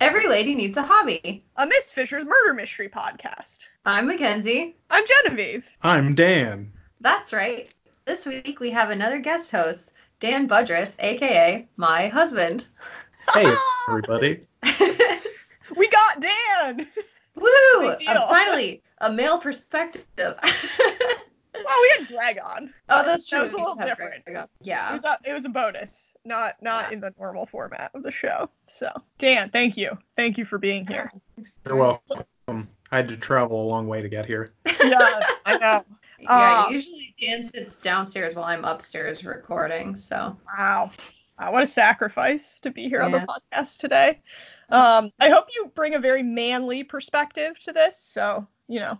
Every lady needs a hobby. A Miss Fisher's Murder Mystery podcast. I'm Mackenzie. I'm Genevieve. I'm Dan. That's right. This week we have another guest host, Dan Budress, aka my husband. Hey, everybody. We got Dan. Woo! Big deal. Uh, finally, a male perspective. oh, Well, we had Greg on. that's true. That was a We little should have Greg different. go. It Yeah. was a, it was a bonus, not not Yeah. in the normal format of the show. So, Dan, thank you. Thank you for being here. You're welcome. I had to travel a long way to get here. yeah, I know. yeah. Uh, Usually Dan sits downstairs while I'm upstairs recording. So Wow. Wow, what a sacrifice to be here on the Yeah. podcast today. Um, I hope you bring a very manly perspective to this. So, you know,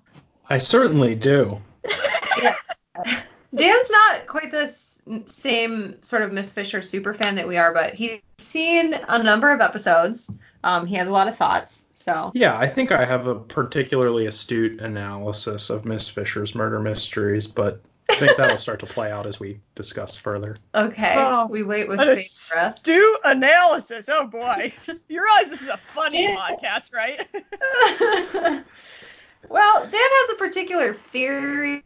I certainly do. Dan's not quite the s- same sort of Miss Fisher super fan that we are, but he's seen a number of episodes. Um, he has a lot of thoughts. So Yeah, I think I have a particularly astute analysis of Miss Fisher's murder mysteries, but I think that'll start to play out as we discuss further. okay, Oh, we wait with what a bated breath. do analysis. Oh boy. You realize this is a funny Dan. podcast, right? well, Dan has a particular theory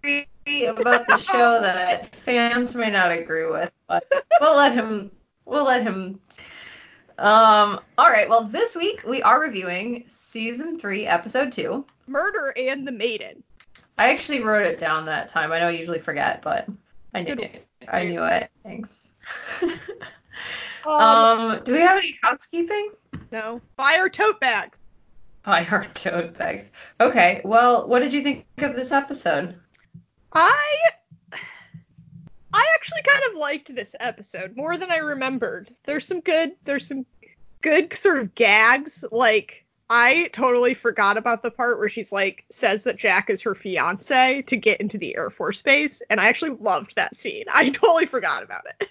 about the show that fans may not agree with, but we'll let him. We'll let him. Um. All right. Well, this week we are reviewing season three, episode two. Murder and the Maiden. I actually wrote it down that time. I know I usually forget, but I knew Good it. I knew it. Thanks. Um, um. Do we have any housekeeping? no. Fire tote bags. I heard tote bags. Okay. Well, what did you think of this episode? I I actually kind of liked this episode more than I remembered. There's some good there's some good sort of gags. Like I totally forgot about the part where she's like says that Jack is her fiance to get into the Air Force Base, and I actually loved that scene. I totally forgot about it.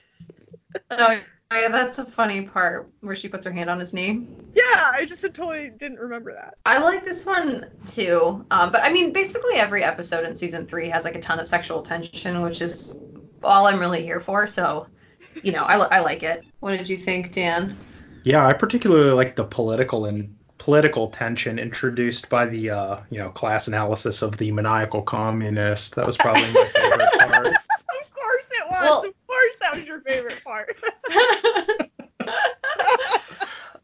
Oh, yeah, that's a funny part where she puts her hand on his knee. Yeah, I just had totally didn't remember that. I like this one too. Um, but I mean, basically every episode in season three has like a ton of sexual tension, which is all I'm really here for. So, you know, I, li- I like it. What did you think, Dan? Yeah, I particularly like the political and political tension introduced by the uh, you know class analysis of the maniacal communist. That was probably my favorite part. Of course it was. Well- of course that was your favorite part.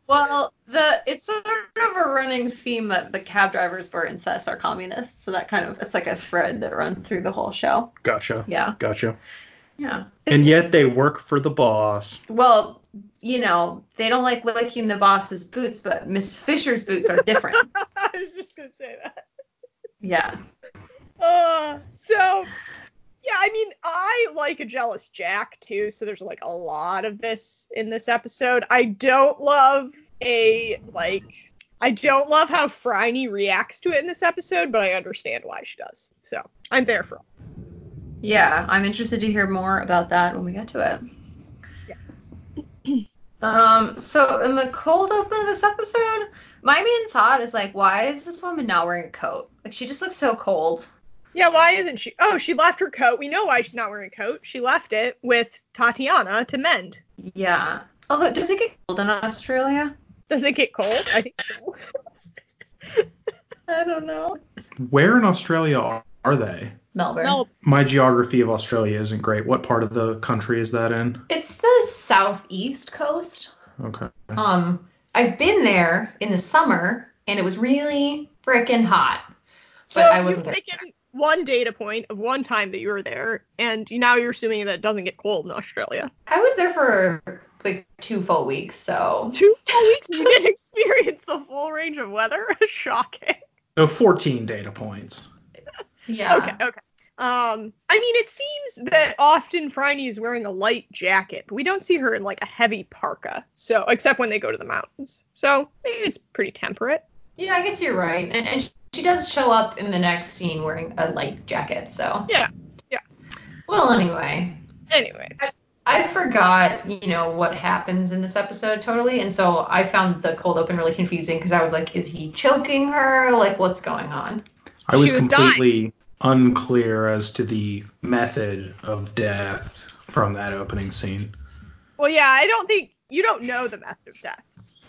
well, the it's sort of a running theme that the cab drivers for incest are communists. So that kind of it's like a thread that runs through the whole show. Gotcha. Yeah. Gotcha. Yeah. And yet they work for the boss. Well, you know, they don't like licking the boss's boots, but Miss Fisher's boots are different. I was just gonna say that. yeah. Uh, so yeah, I mean, I like a jealous Jack too, so there's like a lot of this in this episode. I don't love a like I don't love how Franny reacts to it in this episode, but I understand why she does. So I'm there for all. Yeah. I'm interested to hear more about that when we get to it. Yes. Um, so in the cold open of this episode, my main thought is like, why is this woman not wearing a coat? Like she just looks so cold. Yeah, why isn't she? Oh, she left her coat. We know why she's not wearing a coat. She left it with Tatiana to mend. Yeah. Although does it get cold in Australia? Does it get cold? I think so. I don't know. Where in Australia are, are they? Melbourne. Mel- My geography of Australia isn't great. What part of the country is that in? It's the southeast coast. Okay. Um, I've been there in the summer and it was really freaking hot. So But I you've wasn't there. taken one data point of one time that you were there, and you- now you're assuming that it doesn't get cold in Australia. I was there for like two full weeks, so Two full weeks, and you didn't experience the full range of weather. Shocking. So 14 data points. yeah. Okay, okay. Um, I mean, it seems that often Franny is wearing a light jacket, but we don't see her in like a heavy parka. So, except when they go to the mountains. So it's pretty temperate. Yeah, I guess you're right. And, and she does show up in the next scene wearing a light jacket, so. Yeah, yeah. Well, anyway, Anyway, I forgot, you know, what happens in this episode totally, and so I found the cold open really confusing because I was like, is he choking her? Like, what's going on? I was, She was completely unclear as to the method of death from that opening scene. well, yeah, I don't think you don't know the method of death.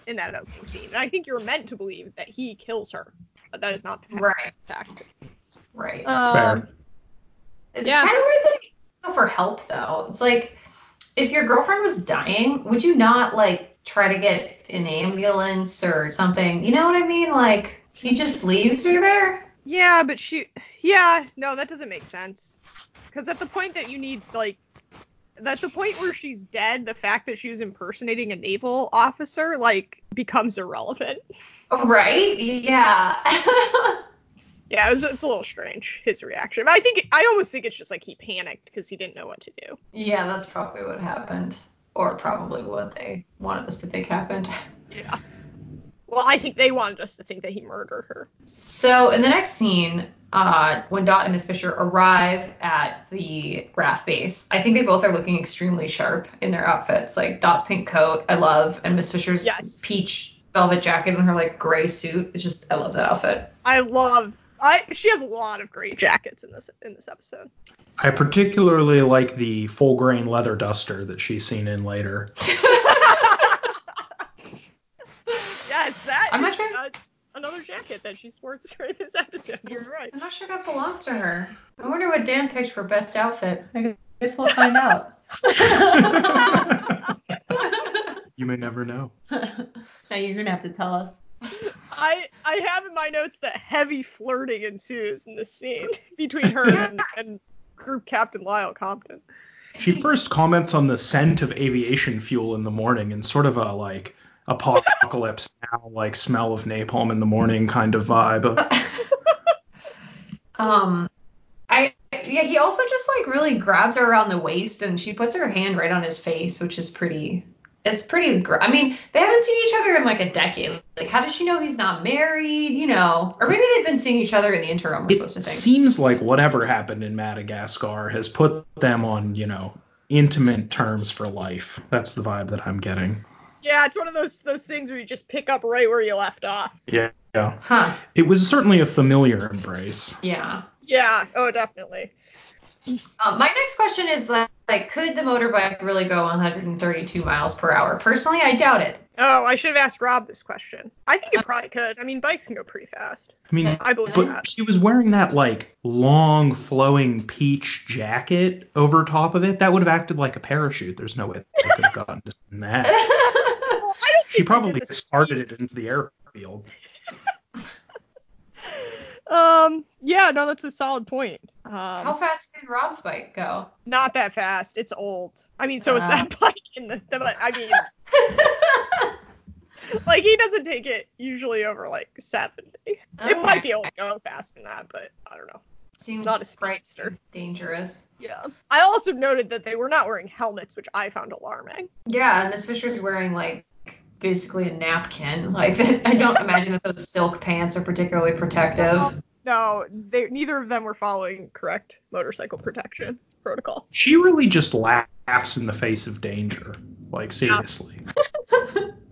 in that opening scene. And I think you're meant to believe that he kills her, but that is not the Right. fact. Right. Um, It's Yeah. kind of weird that you go for help though. It's like if your girlfriend was dying, would you not like try to get an ambulance or something? You know what I mean? Like he just leaves her there. yeah, but she. Yeah, no, that doesn't make sense. Because at the point that you need like, at the point where she's dead, the fact that she was impersonating a naval officer like becomes irrelevant. Right? Yeah. Yeah, it was, it's a little strange his reaction. But I think I almost think it's just like he panicked because he didn't know what to do. yeah, that's probably what happened. Or probably what they wanted us to think happened. Yeah. Well, I think they wanted us to think that he murdered her. So in the next scene, uh, when Dot and Miss Fisher arrive at the RAF base, I think they both are looking extremely sharp in their outfits. Like Dot's pink coat, I love, and Miss Fisher's Yes. peach velvet jacket and her like gray suit. It's just I love that outfit. I love. I she has a lot of great jackets in this in this episode. I particularly like the full grain leather duster that she's seen in later. Yes, that. I'm not is, sure- uh, another jacket that she sports during this episode. You're right. I'm not sure that belongs to her. I wonder what Dan picked for best outfit. I guess we'll find out. you may never know. now you're gonna have to tell us. I I have in my notes that heavy flirting ensues in this scene between her and, and group captain Lyle Compton. She first comments on the scent of aviation fuel in the morning and sort of a like apocalypse now like smell of napalm in the morning kind of vibe. Um, I yeah, he also just like really grabs her around the waist, and she puts her hand right on his face, which is pretty. It's pretty. Gr- I mean, they haven't seen each other in like a decade. Like, how does she know he's not married? You know, or maybe they've been seeing each other in the interim. We're It supposed to think. seems like whatever happened in Madagascar has put them on, you know, intimate terms for life. That's the vibe that I'm getting. Yeah, it's one of those those things where you just pick up right where you left off. Yeah. Yeah. Huh? It was certainly a familiar embrace. Yeah. Yeah. Oh, definitely. Um, my next question is like, like, could the motorbike really go 132 miles per hour? Personally, I doubt it. Oh, I should have asked Rob this question. I think it probably could. I mean, bikes can go pretty fast. I mean, I believe But that. she was wearing that like long flowing peach jacket over top of it. That would have acted like a parachute. There's no way they could have gotten just in that. Well, I don't She think they did probably this- started it into the airfield. Um. Yeah. No, that's a solid point. How Um. fast can Rob's bike go? Not that fast. It's old. I mean, so is Uh. that bike in the. the I mean, like he doesn't take it usually over like seventy. It might be able to go fast in that, but I don't know. Seems not a sprightster. Dangerous. Yeah. I also noted that they were not wearing helmets, which I found alarming. Yeah, and Miss Fisher's wearing like basically a napkin. Like I don't imagine that those silk pants are particularly protective. No, they neither of them were following correct motorcycle protection protocol. She really just laughs in the face of danger. Like seriously.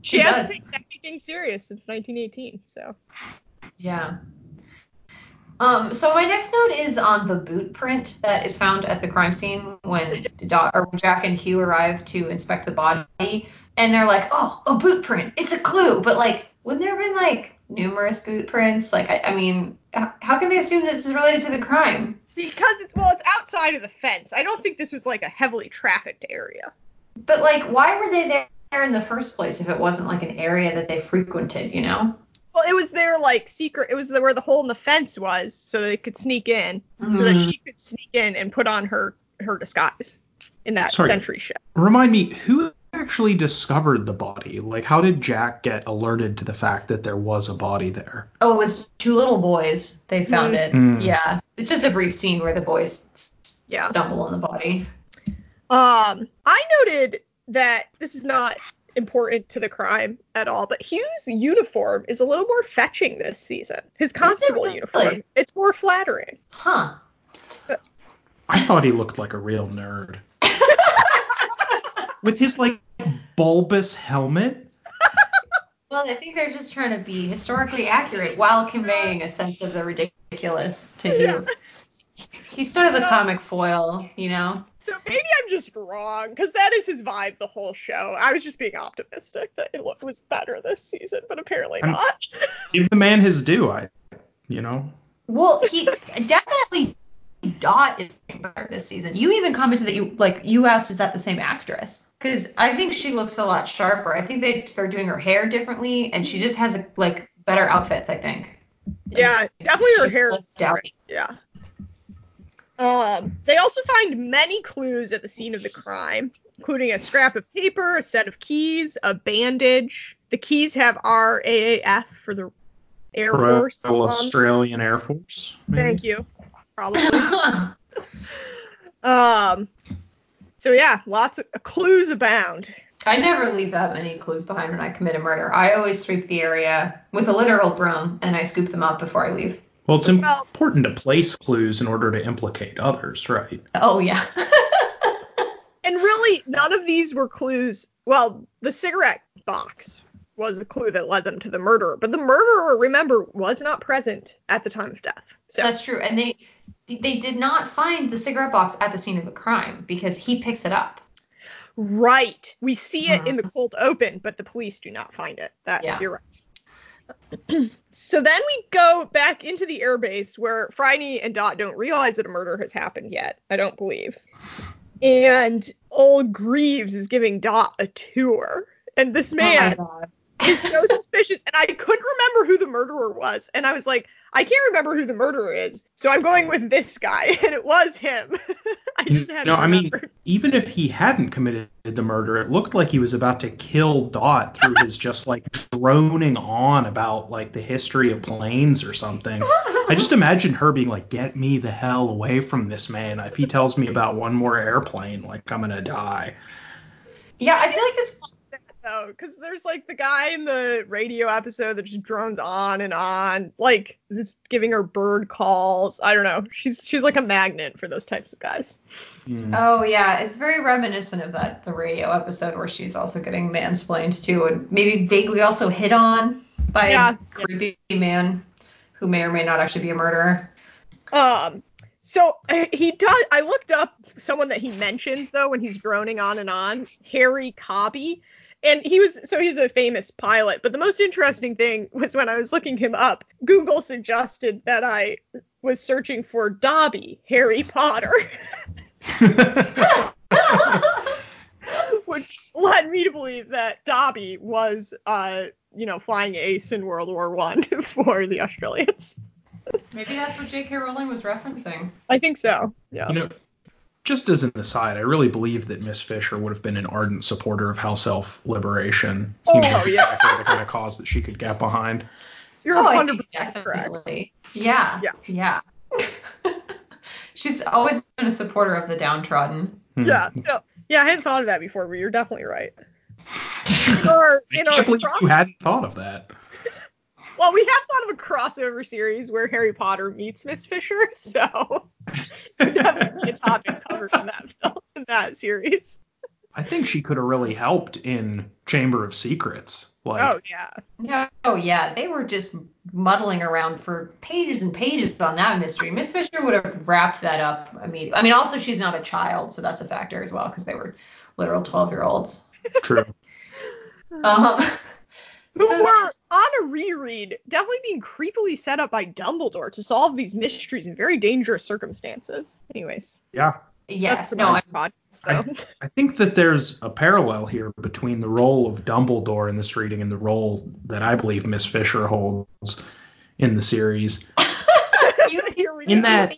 She, She does. hasn't taken anything serious since 1918, so. Yeah. Um, so my next note is on the boot print that is found at the crime scene when Dot or when Jack and Hugh arrive to inspect the body, and they're like, "Oh, a boot print! It's a clue!" But like, wouldn't there have been like numerous boot prints? Like, I, I mean, h- how can they assume that this is related to the crime? Because it's well, it's outside of the fence. I don't think this was like a heavily trafficked area. But like, why were they there in the first place if it wasn't like an area that they frequented? You know? Well, it was their like secret. It was the, where the hole in the fence was, so they could sneak in, so that she Mm. could sneak in and put on her her disguise in that Sorry. sentry ship. Remind me, who actually discovered the body? Like how did Jack get alerted to the fact that there was a body there? Oh, it was two little boys. They found it. Mm. Yeah. It's just a brief scene where the boys s- s- Yeah. stumble on the body. Um, I noted that this is not important to the crime at all, but Hugh's uniform is a little more fetching this season. His constable really? uniform, it's more flattering. Huh. I thought he looked like a real nerd. With his like bulbous helmet. Well, I think they're just trying to be historically accurate while conveying a sense of the ridiculous to you. Yeah. He's sort of the Yeah. comic foil, you know? So maybe I'm just wrong because that is his vibe the whole show. I was just being optimistic that it looked was better this season, but apparently I'm- not. Give the man his due. I, you know. Well, he definitely Dot is getting better this season. You even commented that you like you asked is that the same actress? Because I think she looks a lot sharper. I think they they're doing her hair differently, and she just has like better outfits. I think. Like, yeah, definitely her she's hair. less dowdy. Yeah. Um, they also find many clues at the scene of the crime, including a scrap of paper, a set of keys, a bandage. The keys have RAAF for the Air Royal Force. um, Australian Air Force. Thank you. Probably. Um. So yeah, lots of clues abound. I never leave that many clues behind when I commit a murder. I always sweep the area with a literal broom, and I scoop them up before I leave. Well, it's Well- important to place clues in order to implicate others, right? Oh yeah. And really, none of these were clues. Well, the cigarette box was a clue that led them to the murderer, but the murderer, remember, was not present at the time of death. So That's true. And they they did not find the cigarette box at the scene of the crime because he picks it up. right, we see it Uh-huh. in the cold open, but the police do not find it. That Yeah. you're right. so then we go back into the airbase where Friday and Dot don't realize that a murder has happened yet. I don't believe. And old Greaves is giving Dot a tour. And this man Oh is so suspicious. And I couldn't remember who the murderer was. And I was like, I can't remember who the murderer is. So I'm going with this guy. And it was him. I just had Mm, No, to I mean, remember. even if he hadn't committed the murder, it looked like he was about to kill Dot through his just like droning on about like the history of planes or something. I just imagine her being like, "Get me the hell away from this man! If he tells me about one more airplane, like I'm gonna die." yeah, I feel like this. though, because there's like the guy in the radio episode that just drones on and on, like just giving her bird calls. I don't know. She's she's like a magnet for those types of guys. Hmm. Oh yeah, it's very reminiscent of that the radio episode where she's also getting mansplained too, and maybe vaguely also hit on by Yeah. a creepy man who may or may not actually be a murderer. Um, so uh, he does. I looked up someone that he mentions though when he's droning on and on, Harry Cobby, and he was so he's a famous pilot. But the most interesting thing was when I was looking him up, Google suggested that I was searching for Dobby Harry Potter, which led me to believe that Dobby was uh you know flying ace in World War One for the Australians. Maybe that's what J.K. Rowling was referencing. I think so. Yeah. You know, just as an aside, I really believe that Miss Fisher would have been an ardent supporter of house elf liberation. Seems Oh, like yeah. exactly the kind of cause that she could get behind. You're oh, I 100% think correct. definitely. Yeah. Yeah. She's always been a supporter of the downtrodden. Hmm. Yeah, no, yeah, I hadn't thought of that before, but you're definitely right. In our, I in our can't believe cro- you hadn't thought of that. well, we have thought of a crossover series where Harry Potter meets Miss Fisher, so definitely a topic covered in that film, in that series. I think she could have really helped in Chamber of Secrets. Like, Oh yeah, No, oh, yeah, they were just muddling around for pages and pages on that mystery. Miss Fisher would have wrapped that up immediately. I mean, also she's not a child, so that's a factor as well because they were literal 12-year-olds. true. Um, who So- were on a reread definitely being creepily set up by Dumbledore to solve these mysteries in very dangerous circumstances. Anyways, Yeah. yes, that's the no, I, podcast, I- so. I think that there's a parallel here between the role of Dumbledore in this reading and the role that I believe Miss Fisher holds in the series. you, Here we In go. that-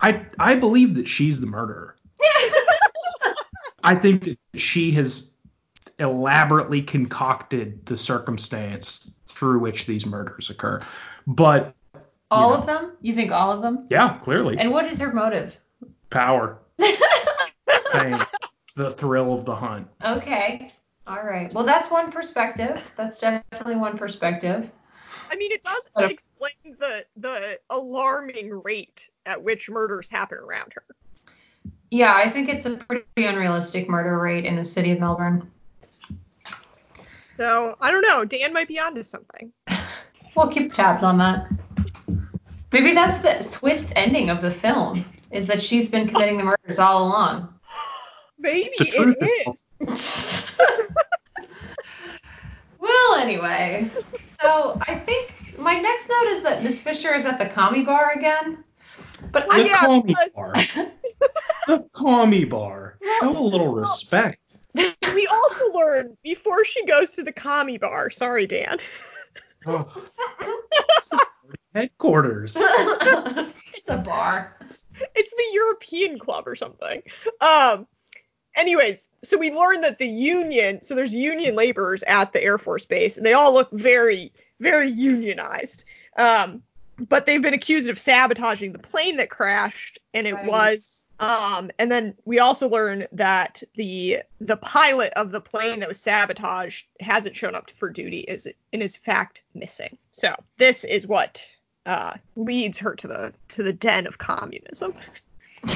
I I believe that she's the murderer. I think that she has elaborately concocted the circumstance through which these murders occur. But all Yeah. of them? You think all of them? yeah, clearly And what is her motive? power, pain, the thrill of the hunt. Okay. All right. Well, that's one perspective. That's definitely one perspective. I mean, it does But- explain the the alarming rate at which murders happen around her. Yeah, I think it's a pretty unrealistic murder rate in the city of Melbourne. So I don't know. Dan might be onto something. We'll keep tabs on that. Maybe that's the twist ending of the film is that she's been committing the murders all along. Maybe The truth it is- is. well, anyway, so I think my next note is that Miss Fisher is at the commie bar again. But The I, Yeah, commie because- bar. The commie bar. Show a little respect. We also learn before she goes to the commie bar. Sorry, Dan. Oh. Headquarters. it's a bar. It's the European Club or something. Um. Anyways, so we learn that the union, so there's union laborers at the Air Force Base, and they all look very, very unionized. Um, but they've been accused of sabotaging the plane that crashed, and it Right. was. Um, and then we also learn that the the pilot of the plane that was sabotaged hasn't shown up for duty, is and is in fact missing. So this is what uh, leads her to the to the den of communism.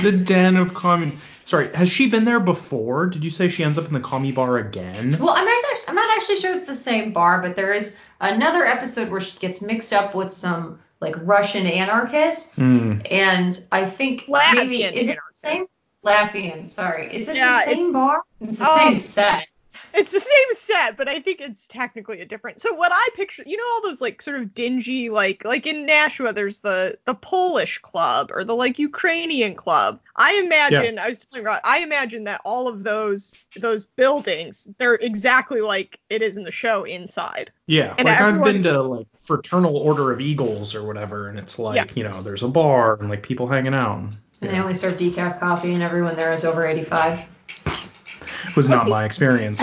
The den of commie. Sorry, has she been there before? Did you say she ends up in the commie bar again? Well, I'm not, actually, I'm not actually sure it's the same bar, but there is another episode where she gets mixed up with some like Russian anarchists, Hmm. and I think maybe Latvian is it the same? Latvian, sorry. Is it Yeah, the same it's- bar? It's the Um, same set. It's the same set, but I think it's technically a different. So what I picture, you know, all those like sort of dingy, like like in Nashua, there's the the Polish club or the like Ukrainian club. I imagine I was telling Rod, I imagine that all of those those buildings, they're exactly like it is in the show inside. Yeah, And like I've been everyone's- to like Fraternal Order of Eagles or whatever, and it's like you know there's a bar and like people hanging out. And they only serve decaf coffee, and everyone there is over 85. It was not my experience.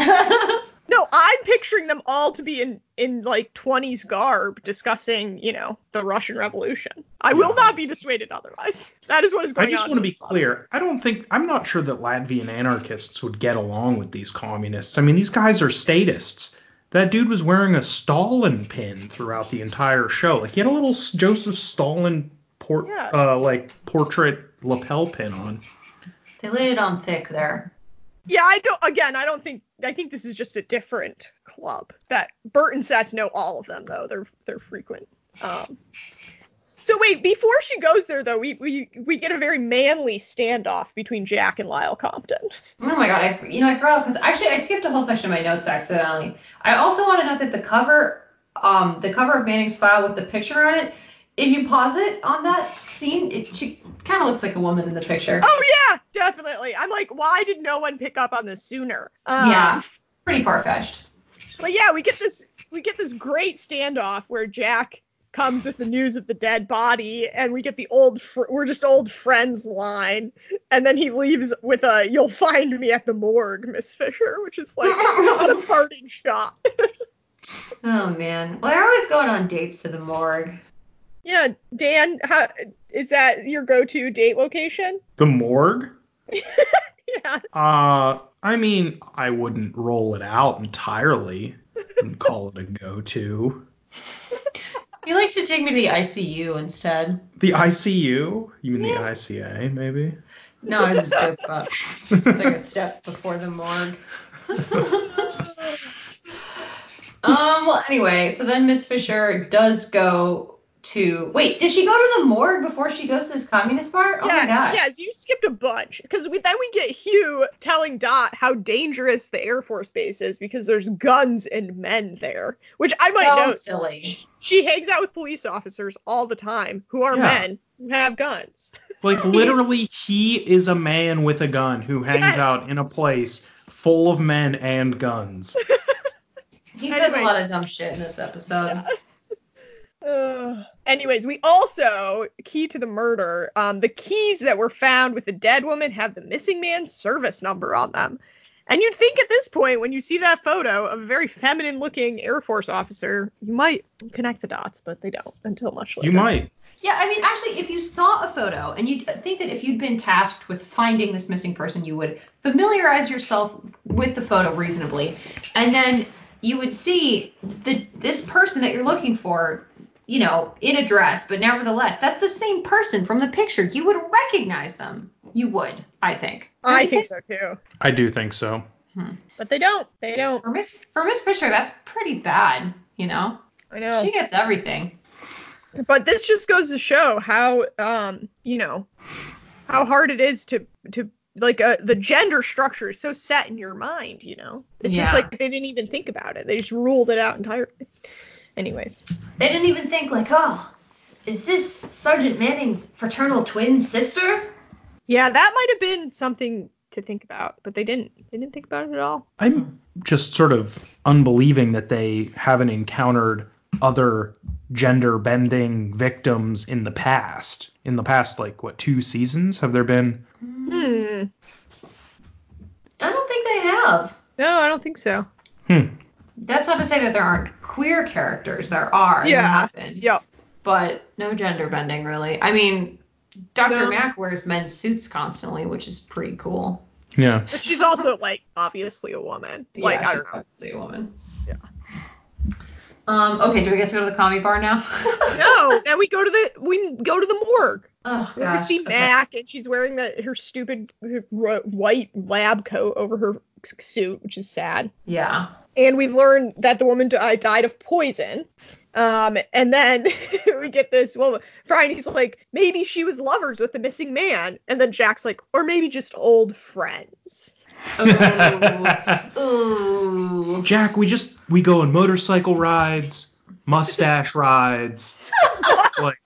No, I'm picturing them all to be in in like 20s garb discussing, you know, the Russian Revolution. I will Yeah. not be dissuaded otherwise. That is what is I going on. just want to be clear. I don't think I'm not sure that Latvian anarchists would get along with these communists. I mean, these guys are statists. That dude was wearing a Stalin pin throughout the entire show. Like he had a little s- Joseph Stalin port Yeah. uh, like portrait lapel pin on. They laid it on thick there. Yeah, I don't. Again, I don't think. I think this is just a different club. That Bert and Seth know all of them though. They're they're frequent. Um, so wait, before she goes there though, we we we get a very manly standoff between Jack and Lyle Compton. Oh my god, I you know I forgot because actually I skipped a whole section of my notes accidentally. I also want to note that the cover, um, the cover of Manning's file with the picture on it, if you pause it on that scene, it she kind of looks like a woman in the picture. Oh yeah, definitely. I'm like, why did no one pick up on this sooner? Um, Yeah, pretty far fetched. But yeah, we get this we get this great standoff where Jack comes with the news of the dead body, and we get the old fr- we're just old friends line, and then he leaves with a "You'll find me at the morgue, Miss Fisher," which is like what a parting shot. Oh man, well they're always going on dates to the morgue. yeah, Dan, how is that your go-to date location? The morgue. Yeah, Uh, I mean, I wouldn't roll it out entirely and call it a go-to. He likes to take me to the ICU instead. The ICU? You mean Yeah. the ICA, maybe? No, I was a joke about just like a step before the morgue. um. Well, anyway, so then Miss Fisher does go to. Wait, does she go to the morgue before she goes to this communist bar? Oh my yes, gosh. yes, you skipped a bunch because we, then we get Hugh telling Dot how dangerous the Air Force Base is because there's guns and men there, which I might so note. silly. she hangs out with police officers all the time who are Yeah. men who have guns. Like literally, he is a man with a gun who hangs Yes. out in a place full of men and guns. He says Anyway. a lot of dumb shit in this episode. Ugh. anyways, we also key to the murder. Um, the keys that were found with the dead woman have the missing man's service number on them. And you'd think at this point, when you see that photo of a very feminine-looking Air Force officer, you might connect the dots, but they don't until much later. You might. Yeah, I mean, actually, if you saw a photo and you would think that if you'd been tasked with finding this missing person, you would familiarize yourself with the photo reasonably, and then you would see the this person that you're looking for, you know, in a dress, but nevertheless, that's the same person from the picture. You would recognize them. You would, I think. I think so too, I do think so. but they don't. They don't. For Miss for Miss Fisher, that's pretty bad. You know, I know. she gets everything. but this just goes to show how um you know how hard it is to to like uh, the gender structure is so set in your mind, you know. It's Yeah. just like they didn't even think about it. They just ruled it out entirely. Anyways, They didn't even think like, oh, is this Sergeant Manning's fraternal twin sister? yeah, that might have been something to think about, but they didn't. They didn't think about it at all. I'm just sort of unbelieving that they haven't encountered other gender bending victims in the past. In the past, like what two seasons have there been? Hmm. I don't think they have. No, I don't think so. Hmm. That's not to say that there aren't queer characters. There are. and there Yeah. have been. Yep. But no gender bending really. I mean, Dr. No. Mack wears men's suits constantly, which is pretty cool. Yeah. But she's also like obviously a woman. yeah, Like I she's don't know. obviously a woman. Yeah. Um, okay, do we get to go to the comedy bar now? No, then we go to the we go to the morgue. oh, We gosh. see okay. Mac, and she's wearing that her stupid r- white lab coat over her suit, which is sad. Yeah. And we learn that the woman di- died of poison. Um, and then we get this. Well, Fridays like maybe she was lovers with the missing man, and then Jack's like, or maybe just old friends. Ooh. Ooh. Jack, we just we go on motorcycle rides, mustache rides. like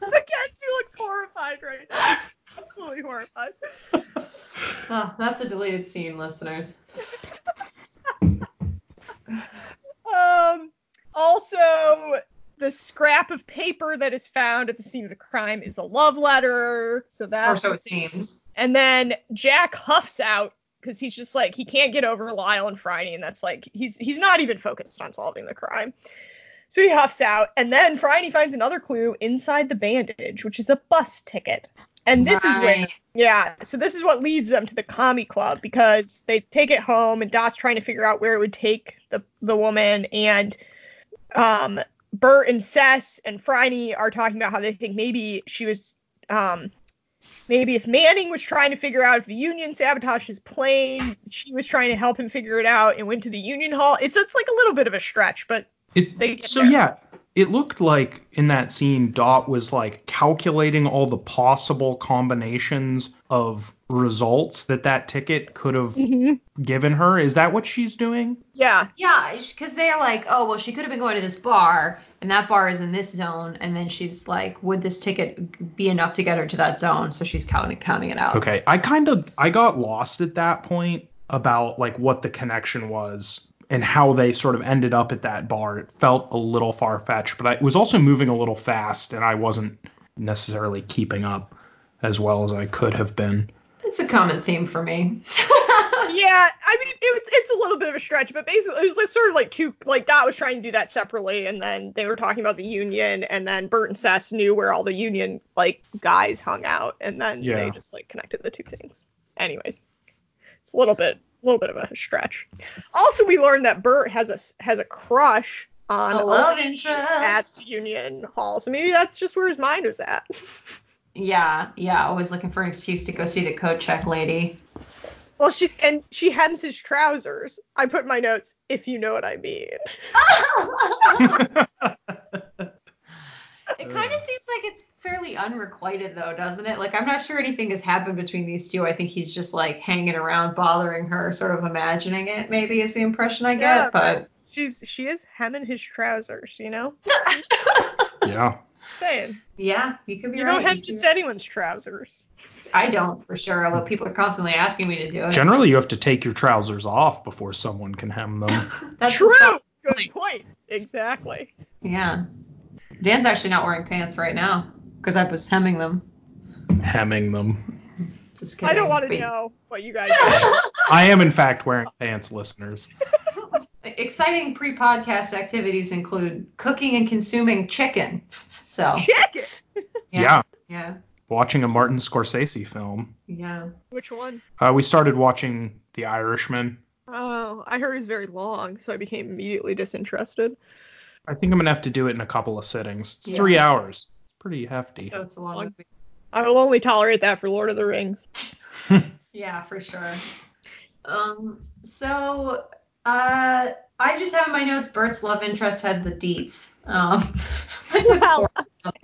Mackenzie looks horrified right now. Absolutely horrified. Oh, that's a deleted scene, listeners. Um, also, the scrap of paper that is found at the scene of the crime is a love letter. So Or that's so it seems. And then Jack huffs out because he's just like he can't get over Lyle and Friday, and that's like he's he's not even focused on solving the crime. So he huffs out, and then Friday finds another clue inside the bandage, which is a bus ticket. And this is where Right. yeah, so this is what leads them to the commie club because they take it home and Dot's trying to figure out where it would take the the woman and um Bert and Sess and Franny are talking about how they think maybe she was um maybe if Manning was trying to figure out if the union sabotaged his plane, she was trying to help him figure it out and went to the union hall. It's it's like a little bit of a stretch, but It, They get so there. yeah, it looked like in that scene Dot was like calculating all the possible combinations of results that that ticket could have given her. Is that what she's doing? Mm-hmm. yeah. Yeah, because they're like, oh, well, she could have been going to this bar, and that bar is in this zone, and then she's like, would this ticket be enough to get her to that zone? So she's counting counting it out. Okay, I kind of I got lost at that point about like what the connection was and how they sort of ended up at that bar. It felt a little far fetched, but I, it was also moving a little fast, and I wasn't necessarily keeping up as well as I could have been. It's a common theme for me. yeah, I mean it was it's a little bit of a stretch, but basically it was like sort of like two like Dot was trying to do that separately, and then they were talking about the union, and then Bert and Sess knew where all the union like guys hung out, and then Yeah. they just like connected the two things. Anyways, it's a little bit a little bit of a stretch. Also, we learned that Bert has a s- has a crush on A love Alicia interest. at Union Hall, so maybe that's just where his mind was at. yeah, yeah, always looking for an excuse to go see the coat check lady. Well, she and she hems his trousers. I put in my notes if you know what I mean. It kind of seems like it's fairly unrequited, though, doesn't it? Like, I'm not sure anything has happened between these two. I think he's just like hanging around, bothering her, sort of imagining it, maybe, is the impression I get. Yeah. But She's she is hemming his trousers, you know? Yeah. Saying. yeah, you could be You right. don't hem You just do- anyone's trousers. I don't for sure, although people are constantly asking me to do it. Generally, you have to take your trousers off before someone can hem them. That's the True. stuff- Good point. Exactly. Yeah. Dan's actually not wearing pants right now because I was hemming them. Hemming them. Just kidding. I don't want But- to know what you guys do. I am, in fact, wearing pants, listeners. Exciting pre-podcast activities include cooking and consuming chicken. So Check it. Yeah. Yeah. yeah, Watching a Martin Scorsese film. yeah. Which one? Uh, we started watching The Irishman. Oh, I heard it was very long, so I became immediately disinterested. I think I'm gonna have to do it in a couple of sittings. It's Yeah. three hours. It's pretty hefty. So it's a long. I will only tolerate that for Lord of the Rings. Yeah, for sure. Um. So, uh, I just have in my notes. Bert's love interest has the deets. Um. Well,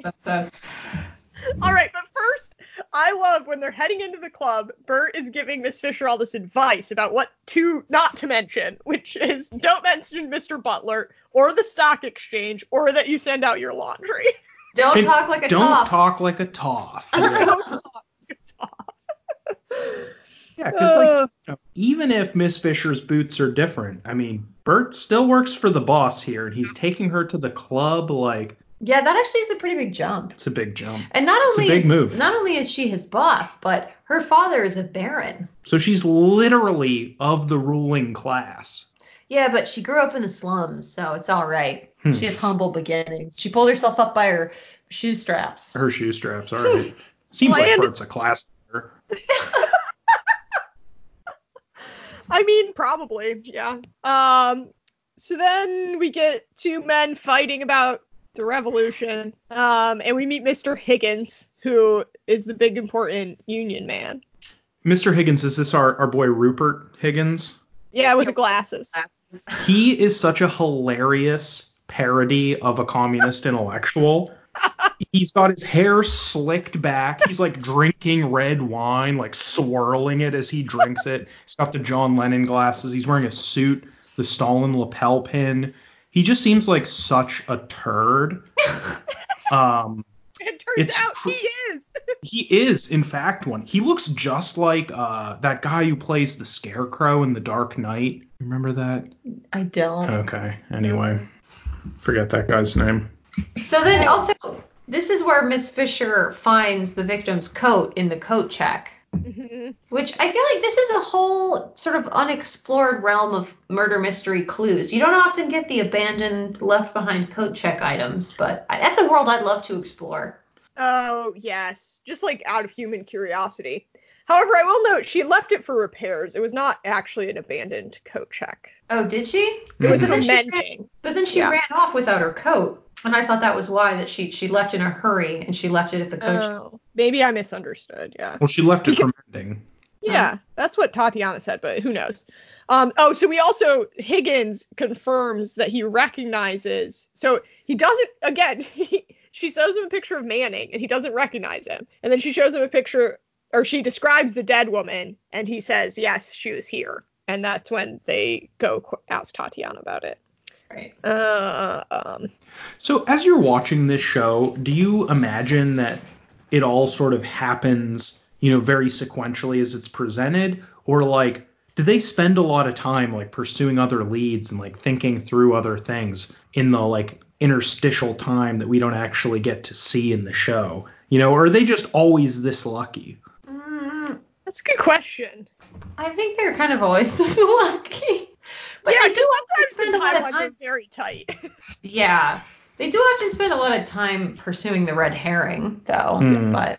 episode. All right, but first, I love when they're heading into the club. Bert is giving Miss Fisher all this advice about what to not to mention, which is don't mention Mr. Butler or the stock exchange or that you send out your laundry. Don't And talk like a Don't top. talk like a toff. Yeah, Don't talk, you talk. because Uh. like even if Miss Fisher's boots are different, I mean Bert still works for the boss here, and he's taking her to the club. Like Yeah, that actually is a pretty big jump. it's a big jump. And not It's a only big is move. not only is she his boss, but her father is a baron. So she's literally of the ruling class. Yeah, but she grew up in the slums, so it's all right. Hmm. She has humble beginnings. She pulled herself up by her shoe straps. Her shoe straps. All right. Seems like Land- Bert's a class. leader. I mean, probably, yeah. Um, so then we get two men fighting about the revolution, um, and we meet Mr. Higgins, who is the big important Union man. Mr. Higgins, is this our, our boy Rupert Higgins? Yeah, with the glasses. He is such a hilarious parody of a communist intellectual. He's got his hair slicked back. He's like drinking red wine, like swirling it as he drinks it. He's got the John Lennon glasses. He's wearing a suit, the Stalin lapel pin. He just seems like such a turd. Um, It turns It's out cr- he is. he is, in fact, one. He looks just like uh, that guy who plays the Scarecrow in The Dark Knight. Remember that? I don't. Okay. Anyway, forget that guy's name. So then also this is where Miss Fisher finds the victim's coat in the coat check. Mhm. Which I feel like this is a whole sort of unexplored realm of murder mystery clues. You don't often get the abandoned, left behind coat check items, but I, that's a world I'd love to explore. Oh, yes. Just like out of human curiosity. However, I will note she left it for repairs. It was not actually an abandoned coat check. Oh, did she? It was But an then she amending. But then she Yeah. ran off without her coat, and I thought that was why that she she left in a hurry and she left it at the coat. check. Oh, maybe I misunderstood. Yeah. Well, she left it for mending. Yeah, that's what Tatiana said, but who knows? Um, oh, so we also Higgins confirms that he recognizes. So he doesn't. Again, he, she shows him a picture of Manning, and he doesn't recognize him. And then she shows him a picture, or she describes the dead woman, and he says, "Yes, she was here." And that's when they go qu- ask Tatiana about it. Right. Uh, um, So, as you're watching this show, do you imagine that it all sort of happens, you know, very sequentially as it's presented, or like, do they spend a lot of time like pursuing other leads and like thinking through other things in the like interstitial time that we don't actually get to see in the show? You know, or are they just always this lucky? Mm, that's a good question. I think they're kind of always this lucky. But yeah, I do sometimes spend a the lot of timelines time are very tight. Yeah. They do often spend a lot of time pursuing the red herring, though. Hmm. But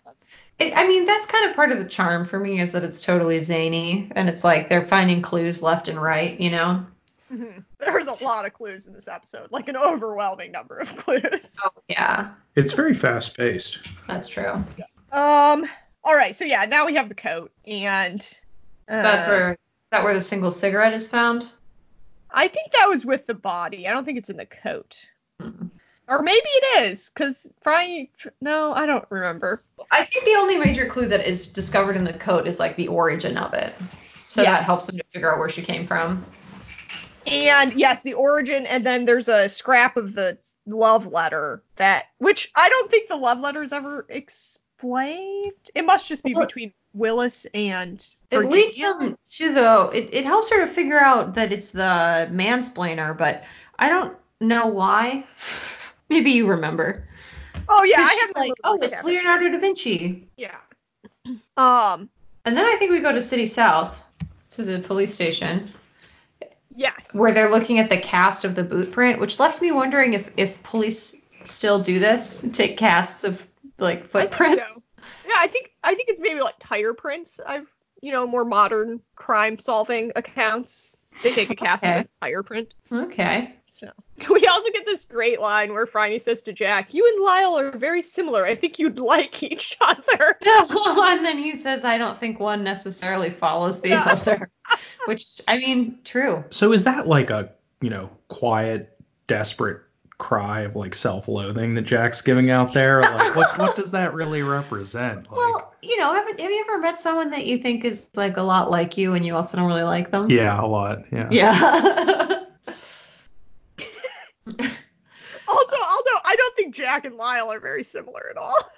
it, I mean, that's kind of part of the charm for me is that it's totally zany and it's like they're finding clues left and right, you know? Mm-hmm. Mhm. There's a lot of clues in this episode, like an overwhelming number of clues. Oh, yeah. It's very fast paced. That's true. Um, all right, so yeah, now we have the coat, and uh, That's where. Is that where the single cigarette is found? I think that was with the body. I don't think it's in the coat, Hmm. or maybe it is, because Brian. No, I don't remember. I think the only major clue that is discovered in the coat is like the origin of it. So Yeah. that helps them to figure out where she came from. And yes, the origin, and then there's a scrap of the love letter that, which I don't think the love letter is ever explained. It must just be Well, between Willis and. It leads Virginia. them to the. It, it helps her to figure out that it's the mansplainer, but I don't know why. Maybe you remember. Oh yeah, 'Cause I she's have like, oh, it's Leonardo da Vinci. Yeah. Um. And then I think we go to City South, to the police station, Yes. where they're looking at the cast of the boot print, which left me wondering if if police still do this, take casts of like I think footprints. so. Yeah, I think I think it's maybe like tire prints. I've you know more modern crime solving accounts. They take a cast of Okay. a tire print. Okay. So we also get this great line where Franny says to Jack, "You and Lyle are very similar. I think you'd like each other." and then he says, I don't think one necessarily follows the Yeah. other. Which I mean, true. So is that like a you know quiet, desperate cry of like self-loathing that Jack's giving out there. Like, what what does that really represent? Like, Well, you know, have, have you ever met someone that you think is like a lot like you and you also don't really like them? yeah, a lot. um, Yeah. Yeah. Also, although I don't think Jack and Lyle are very similar at all.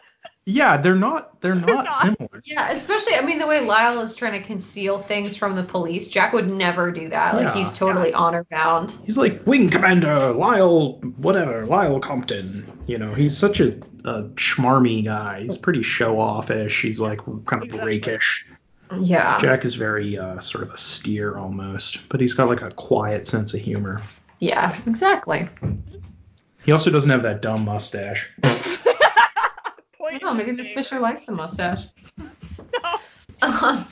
Yeah, they're not they're, They're not, not. similar. yeah, especially I mean the way Lyle is trying to conceal things from the police. Jack would never do that. Like Yeah. he's totally honor bound. He's like Wing Commander Lyle, whatever Lyle Compton. You know, he's such a, a schmarmy guy. He's pretty show offish. He's like kind of Exactly. rakish. Yeah. Jack is very uh, sort of austere almost, but he's got like a quiet sense of humor. Yeah, exactly. He also doesn't have that dumb mustache. Point Oh, in maybe his Miss favor. Fisher likes the mustache. No. Um,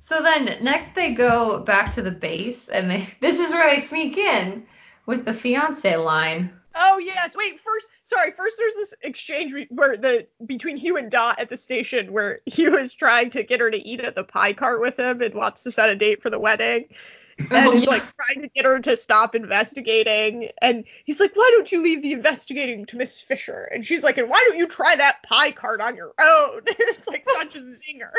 so then next they go back to the base and they this is where they sneak in with the fiance line. Oh yes. Wait. First, sorry. First, there's this exchange re- where the between Hugh and Dot at the station where Hugh is trying to get her to eat at the pie cart with him and wants to set a date for the wedding, and Oh, he's yeah. like trying to get her to stop investigating, and he's like, "Why don't you leave the investigating to Miss Fisher?" And she's like, "And why don't you try that pie cart on your own?" it's like such a zinger.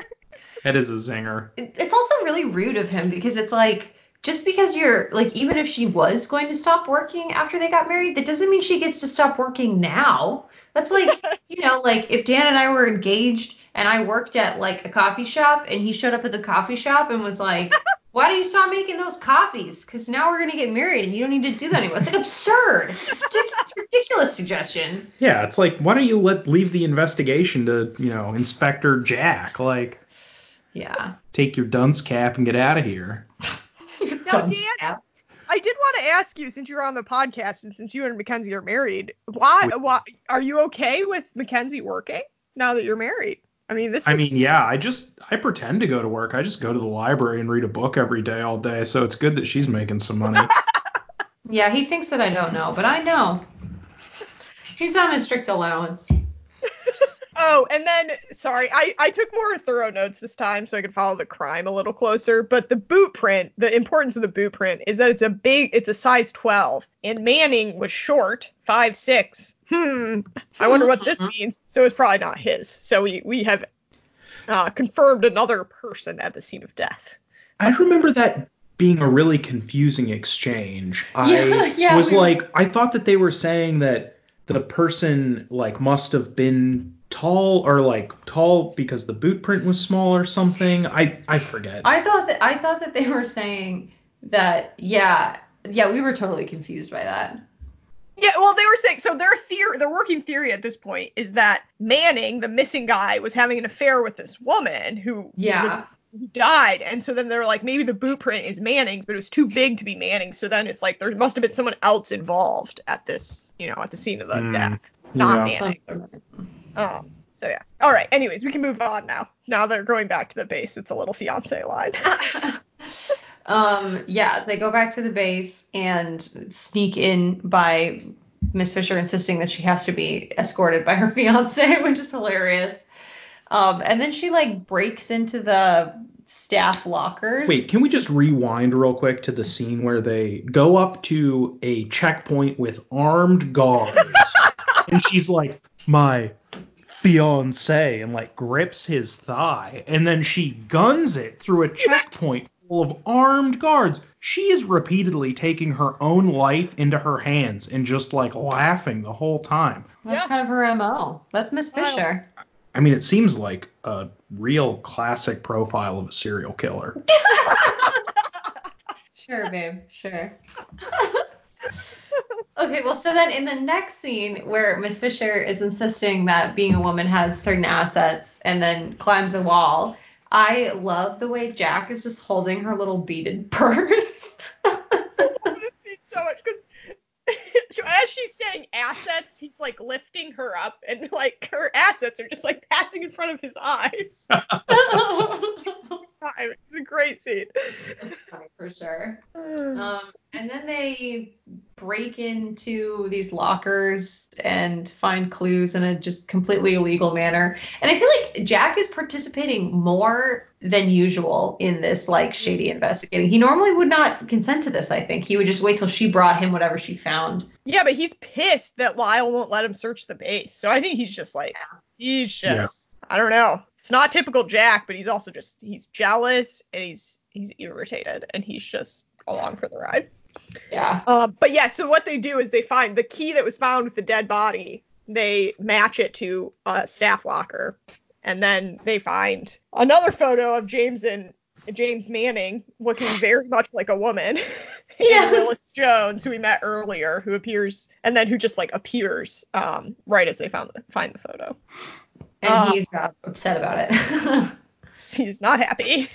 That is a zinger. It- it's also really rude of him because it's like just because you're like even if she was going to stop working after they got married that doesn't mean she gets to stop working now that's like you know like if dan and i were engaged and i worked at like a coffee shop and he showed up at the coffee shop and was like why do you stop making those coffees because now we're going to get married and you don't need to do that anymore it's like absurd it's, ridic- it's a ridiculous suggestion Yeah, it's like why don't you let leave the investigation to you know Inspector Jack? Like yeah take your dunce cap and get out of here. Dumb Dan- crap. I did want to ask you, since you were on the podcast and since you and Mackenzie are married, why, With- why are you okay with Mackenzie working now that you're married? I mean, this I is. mean, yeah, I just I pretend to go to work. I just go to the library and read a book every day all day. So it's good that she's making some money. Yeah, he thinks that I don't know, but I know. He's on a strict allowance. Oh, and then sorry, I I took more thorough notes this time so I could follow the crime a little closer. But the boot print, the importance of the boot print is that it's a big, it's a size 12, and Manning was short, five six. Hmm. I wonder what this means. So it's probably not his. So we we have uh, confirmed another person at the scene of death. I remember that being a really confusing exchange. I Yeah, yeah, was we- like, I thought that they were saying that the person like must have been tall or like tall because the boot print was small or something. I I forget. I thought that I thought that they were saying that yeah, yeah, we were totally confused by that. Yeah, well, they were saying so. Their theory, their working theory at this point is that Manning, the missing guy, was having an affair with this woman who Yeah. was- who died, and so then they're like, maybe the boot print is Manning's, but it was too big to be Manning's. So then it's like there must have been someone else involved at this, you know, at the scene of the Hmm, death, not yeah. Manning. Um, so yeah. All right. Anyways, we can move on now. Now they're going back to the base with the little fiance line. um, yeah, they go back to the base and sneak in by Miss Fisher insisting that she has to be escorted by her fiance, which is hilarious. Um, and then she like breaks into the staff lockers. Wait, can we just rewind real quick to the scene where they go up to a checkpoint with armed guards and she's like, my fiance, and like grips his thigh, and then she guns it through a checkpoint full of armed guards. She is repeatedly taking her own life into her hands and just like laughing the whole time. That's Yeah. kind of her MO. That's Miss Wow. Fisher. I mean, it seems like a real classic profile of a serial killer. Sure, babe. Sure. okay, well, so then in the next scene where Miss Fisher is insisting that being a woman has certain assets and then climbs a wall, I love the way Jack is just holding her little beaded purse. This scene so much because as she's saying assets, he's like lifting her up, and like her assets are just like passing in front of his eyes. That's it's a great scene. funny for sure. Uh, Um, and then they break into these lockers past and find clues in a just completely illegal manner. And I feel like Jack is participating more than usual in this like shady investigating. He normally would not consent to this, I think. He would just wait till she brought him whatever she found. Yeah, but he's pissed that Lyle won't let him search the base. So I think he's just like, he's just, I don't know. It's not typical Jack, but he's also just, he's jealous and he's he's irritated and he's just along for the ride. Yeah. Uh, but yeah, so what they do is they find the key that was found with the dead body. They match it to a staff locker, and then they find another photo of James and James Manning looking very much like a woman. Yes. and Willis Jones, who we met earlier, who appears and then who just like appears um, right as they found the, find the photo. And Uh. he's uh, upset about it. he's not happy.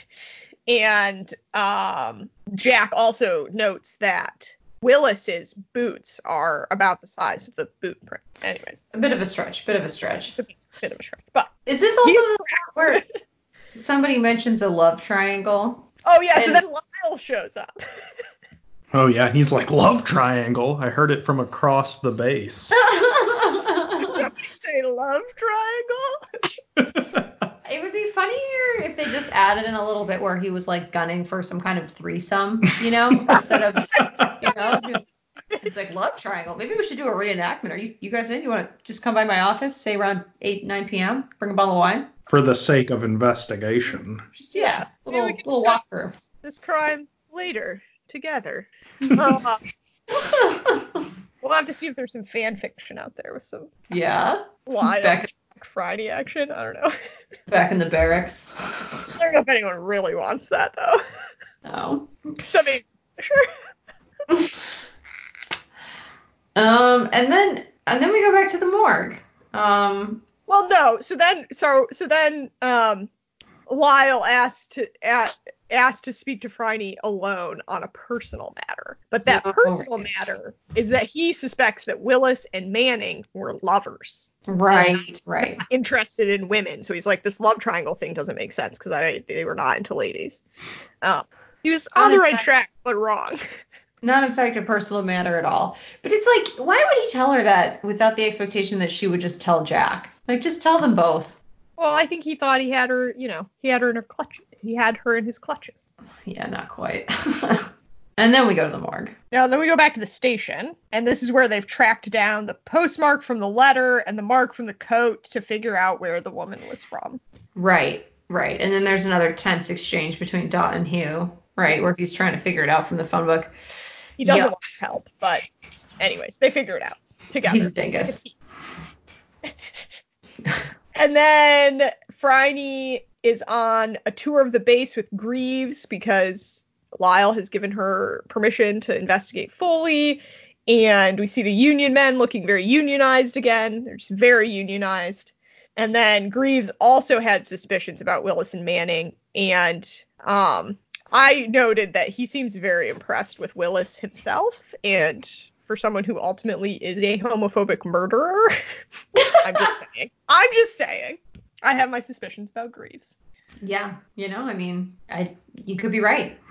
And um, Jack also notes that Willis's boots are about the size of the boot print. Anyways, a bit of a stretch, bit of a stretch. bit of a stretch. But Is this also He's the part where somebody mentions a love triangle? oh yeah, so And- then Lyle shows up. Oh yeah, and he's like love triangle. I heard it from across the base. Somebody say love triangle. It would be funnier if they just added in a little bit where he was like gunning for some kind of threesome, you know, instead of you know. it's- It's like love triangle. Maybe we should do a reenactment. Are you you guys in? You want to just come by my office, say around eight nine p.m. Bring a bottle of wine. For the sake of investigation. Just yeah, Maybe little we can little discuss walkthrough. This crime later together. Uh, we'll have to see if there's some fan fiction out there with some yeah, Lyle back Friday action. I don't know. back in the barracks. I don't know if anyone really wants that though. No. I mean, sure. Um, and then and then we go back to the morgue. Um, Well, no. So then, so so then, um, Lyle asked to a asked to speak to Franny alone on a personal matter. But that Oh, personal right. matter is that he suspects that Willis and Manning were lovers, right, right. interested in women. So he's like, this love triangle thing doesn't make sense because I they were not into ladies. Um, he was on the right Unaffect- track, but wrong. Not in fact a personal matter at all. But it's like, why would he tell her that without the expectation that she would just tell Jack? Like, just tell them both. Well, I think he thought he had her, you know, he had her in her clutch. He had her in his clutches. Yeah, not quite. and then we go to the morgue. Now, then we go back to the station, and this is where they've tracked down the postmark from the letter and the mark from the coat to figure out where the woman was from. Right, right. And then there's another tense exchange between Dot and Hugh, right, where he's trying to figure it out from the phone book. He doesn't Yeah. want help, but anyways, they figure it out together. He's a dingus. And then Franny is on a tour of the base with Greaves because Lyle has given her permission to investigate fully. And we see the union men looking very unionized again. They're just very unionized. And then Greaves also had suspicions about Willis and Manning. And um, I noted that he seems very impressed with Willis himself. And for someone who ultimately is a homophobic murderer, I'm just saying. I'm just saying. I have my suspicions about Greaves. Yeah, you know, I mean, I you could be right.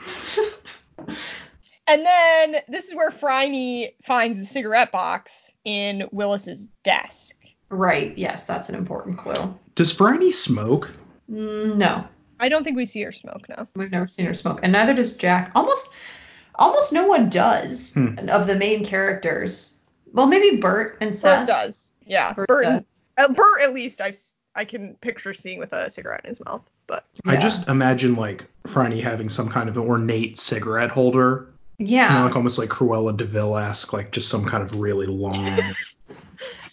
And then this is where Franny finds the cigarette box in Willis's desk. right. Yes, that's an important clue. Does Franny smoke? Mm, No, I don't think we see her smoke now. We've never seen her smoke, and neither does Jack. Almost, almost no one does Hmm. of the main characters. Well, maybe Bert and Seth. Bert does. Yeah. Bert Bert, uh, Bert at least I I can picture seeing with a cigarette in his mouth. But I Yeah. just imagine like Franny having some kind of ornate cigarette holder. You know, Yeah. like almost like Cruella Deville esque, like just some kind of really long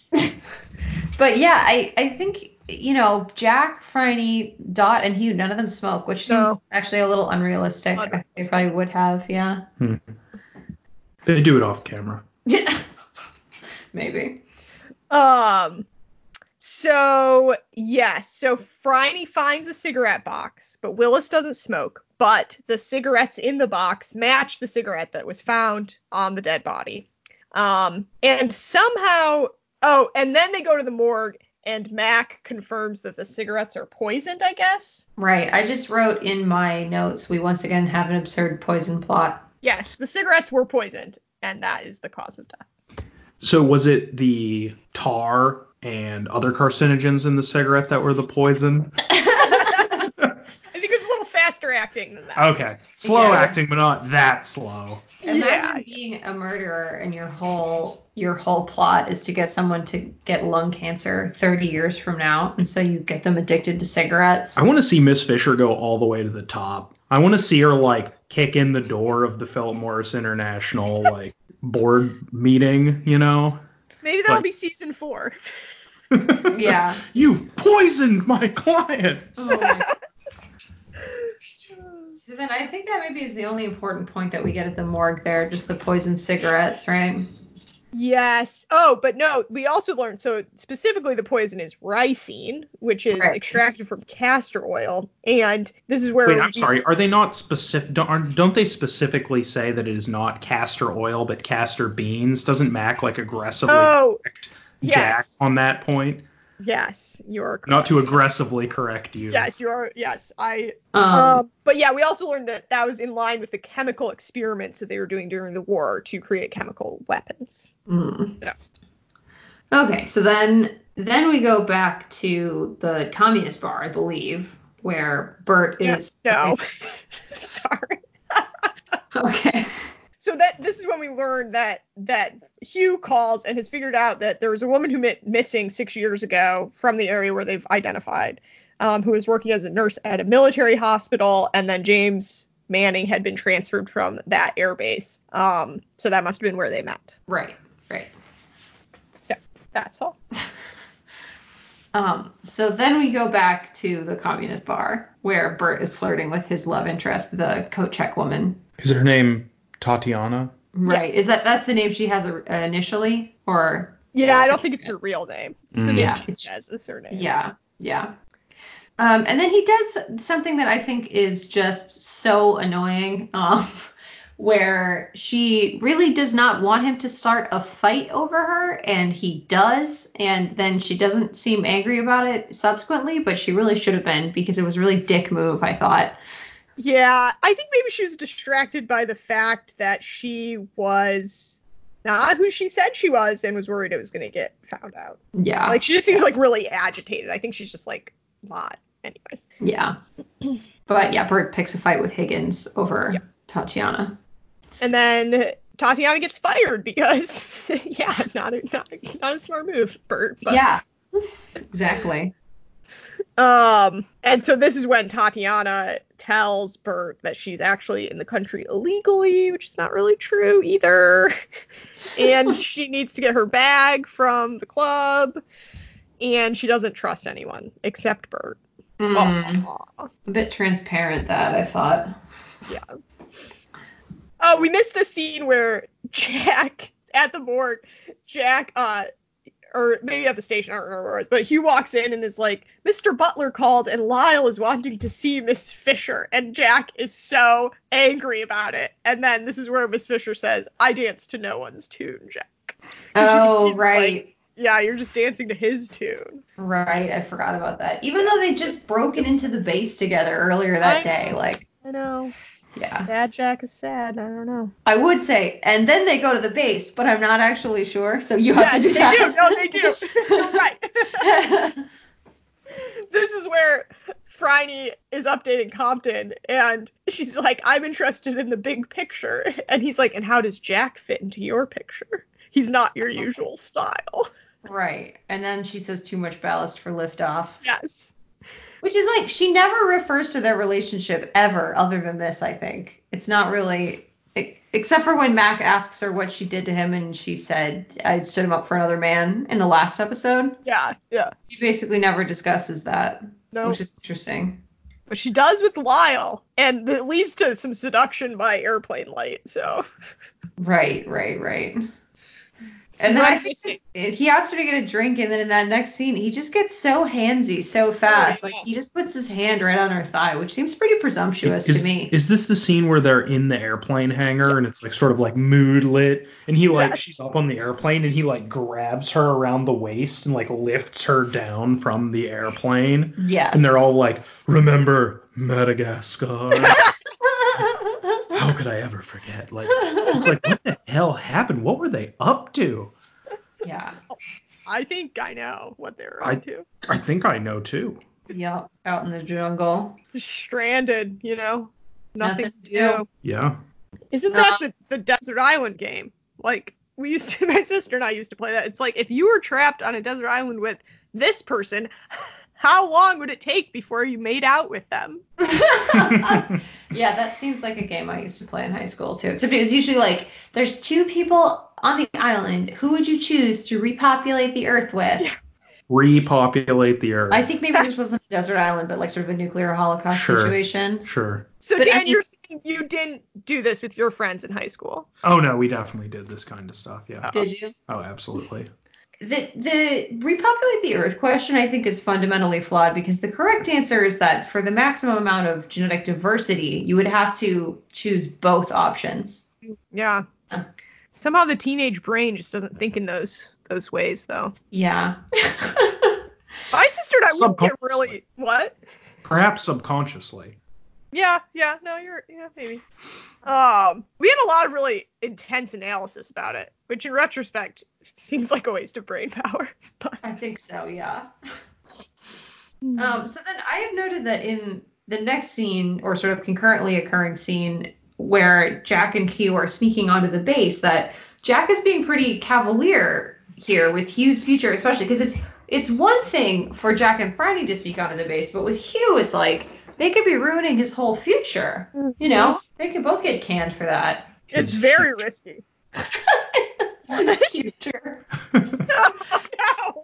But yeah, I I think you know Jack, Franny, Dot, and Hugh. None of them smoke, which seems No. actually a little unrealistic. I think they probably would have. Yeah. They do it off camera. maybe. um so yes, so Franny finds a cigarette box, but Willis doesn't smoke, but the cigarettes in the box match the cigarette that was found on the dead body. Um and somehow oh, and then they go to the morgue and Mac confirms that the cigarettes are poisoned, I guess. Right. I just wrote in my notes. We once again have an absurd poison plot. Yes, the cigarettes were poisoned, and that is the cause of death. So was it the tar and other carcinogens in the cigarette that were the poison? I think it's a little faster acting than that. Okay. Slow Yeah. acting, but not that slow. Imagine Yeah. being a murderer and your whole your whole plot is to get someone to get lung cancer 30 years from now, and so you get them addicted to cigarettes. I want to see Miss Fisher go all the way to the top. I want to see her like kick in the door of the Philip Morris International like board meeting, you know? Maybe that'll Like- be season four. Yeah. You've poisoned my client. Oh my- so then I think that maybe is the only important point that we get at the morgue there, just the poison cigarettes, right? Yes. Oh, but no, we also learned so specifically the poison is ricin, which is Right. extracted from castor oil, and this is where Wait, it I'm would be- sorry. Are they not specific don't, aren't- don't they specifically say that it is not castor oil but castor beans? Doesn't Mac like aggressively Oh, correct Jack yes. on that point? Yes, you are correct. Not to aggressively correct you. Yes, you are. Yes, I. Um, Um, but yeah, we also learned that that was in line with the chemical experiments that they were doing during the war to create chemical weapons. mm. yeah. Okay, so then then we go back to the communist bar, I believe, where Bert is. No. sorry. Okay. so that this is when we learned that that Hugh calls and has figured out that there was a woman who went missing six years ago from the area where they've identified, um, who was working as a nurse at a military hospital, and then James Manning had been transferred from that airbase. Um, so that must have been where they met. Right. Right. That's all. Um, so then we go back to the communist bar where Bert is flirting with his love interest, the coat check woman. Is her name Tatiana? Right. Yes. Is that that's the name she has or- uh, initially or Yeah, I don't think it's her real name. It's the Mm. name Yeah. she says is her name. yeah, yeah. Um, and then he does something that I think is just so annoying, um, where she really does not want him to start a fight over her, and he does, and then she doesn't seem angry about it subsequently, but she really should have been because it was a really dick move, I thought. Yeah, I think maybe she was distracted by the fact that she was not who she said she was and was worried it was going to get found out. Yeah. Like she just seems like really agitated. I think she's just like not. Anyways, Yeah. But yeah, Bert picks a fight with Higgins over Tatiana. and then Tatiana gets fired because yeah, not a not a, not a smart move, Bert. But, Yeah. Exactly. Um, and so this is when Tatiana tells Bert that she's actually in the country illegally, which is not really true either. and she needs to get her bag from the club. And she doesn't trust anyone except Bert. Mm, Aw. a bit transparent that I thought. Oh, we missed a scene where Jack at the morgue, Jack, uh, or maybe at the station, I don't remember where it was, but he walks in and is like, Mr. Butler called and Lyle is wanting to see Miss Fisher. And Jack is so angry about it. And then this is where Miss Fisher says, I dance to no one's tune, Jack. Oh It's right. Yeah, you're just dancing to his tune. Right, I forgot about that. Even though they just broken into the base together earlier that I- day, like, I know. yeah. Bad Jack is sad. I don't know. I would say, and then they go to the base, but I'm not actually sure, so you have Yeah, to do they that. do. No, they do. You're right. this is where Franny is updating Compton, and she's like, I'm interested in the big picture. And he's like, And how does Jack fit into your picture? He's not Oh. your usual style. right. And then she says too much ballast for liftoff. Yes. Which is like she never refers to their relationship ever, other than this. I think it's not really, e- except for when Mac asks her what she did to him, and she said, "I stood him up for another man." In the last episode, Yeah. Yeah. she basically never discusses that, No. which is interesting. but she does with Lyle, and it leads to some seduction by airplane light. So, Right, right, right. And then Right, I I see. think he asks her to get a drink, and then in that next scene, he just gets so handsy so fast. Oh, yeah. Like he just puts his hand right on her thigh, which seems pretty presumptuous is, to me. Is this the scene where they're in the airplane hangar and it's like sort of like mood lit and he like Yes. she's up on the airplane and he like grabs her around the waist and like lifts her down from the airplane yes. and they're all like remember Madagascar how could I ever forget like it's like what the hell happened what were they up to Yeah. I think I know what they were I- up to. I think I know too. Yep. Out in the jungle. Stranded, you know, Nothing nothing, to to do. do. Yeah. Isn't that the, the desert island game? Like we used to, my sister and I used to play that. It's like if you were trapped on a desert island with this person, how long would it take before you made out with them? Yeah, that seems like a game I used to play in high school too. Except it was usually like there's two people on the island. Who would you choose to repopulate the earth with? Repopulate the earth. I think maybe this wasn't a desert island, but like sort of a nuclear holocaust Sure. situation. sure. So But I Dan, mean- you're saying you didn't do this with your friends in high school. Oh no, we definitely did this kind of stuff. Yeah. Did you? Oh, absolutely. The the repopulate the earth question I think is fundamentally flawed because the correct answer is that for the maximum amount of genetic diversity, you would have to choose both options. Yeah. Yeah. Somehow the teenage brain just doesn't think in those those ways though. Yeah. My sister and I would get Subconsciously. really what? Perhaps subconsciously. Yeah, yeah, no, you're yeah, maybe. Um, we had a lot of really intense analysis about it, which in retrospect seems like a waste of brain power. But I think so, yeah. Mm-hmm. Um, so then I have noted that in the next scene, or sort of concurrently occurring scene, where Jack and Q are sneaking onto the base, that Jack is being pretty cavalier here with Hugh's future, especially because it's it's one thing for Jack and Friday to sneak onto the base, but with Hugh, it's like they could be ruining his whole future. You Mm-hmm. know, they could both get canned for that. it's very risky. His future. Oh, no.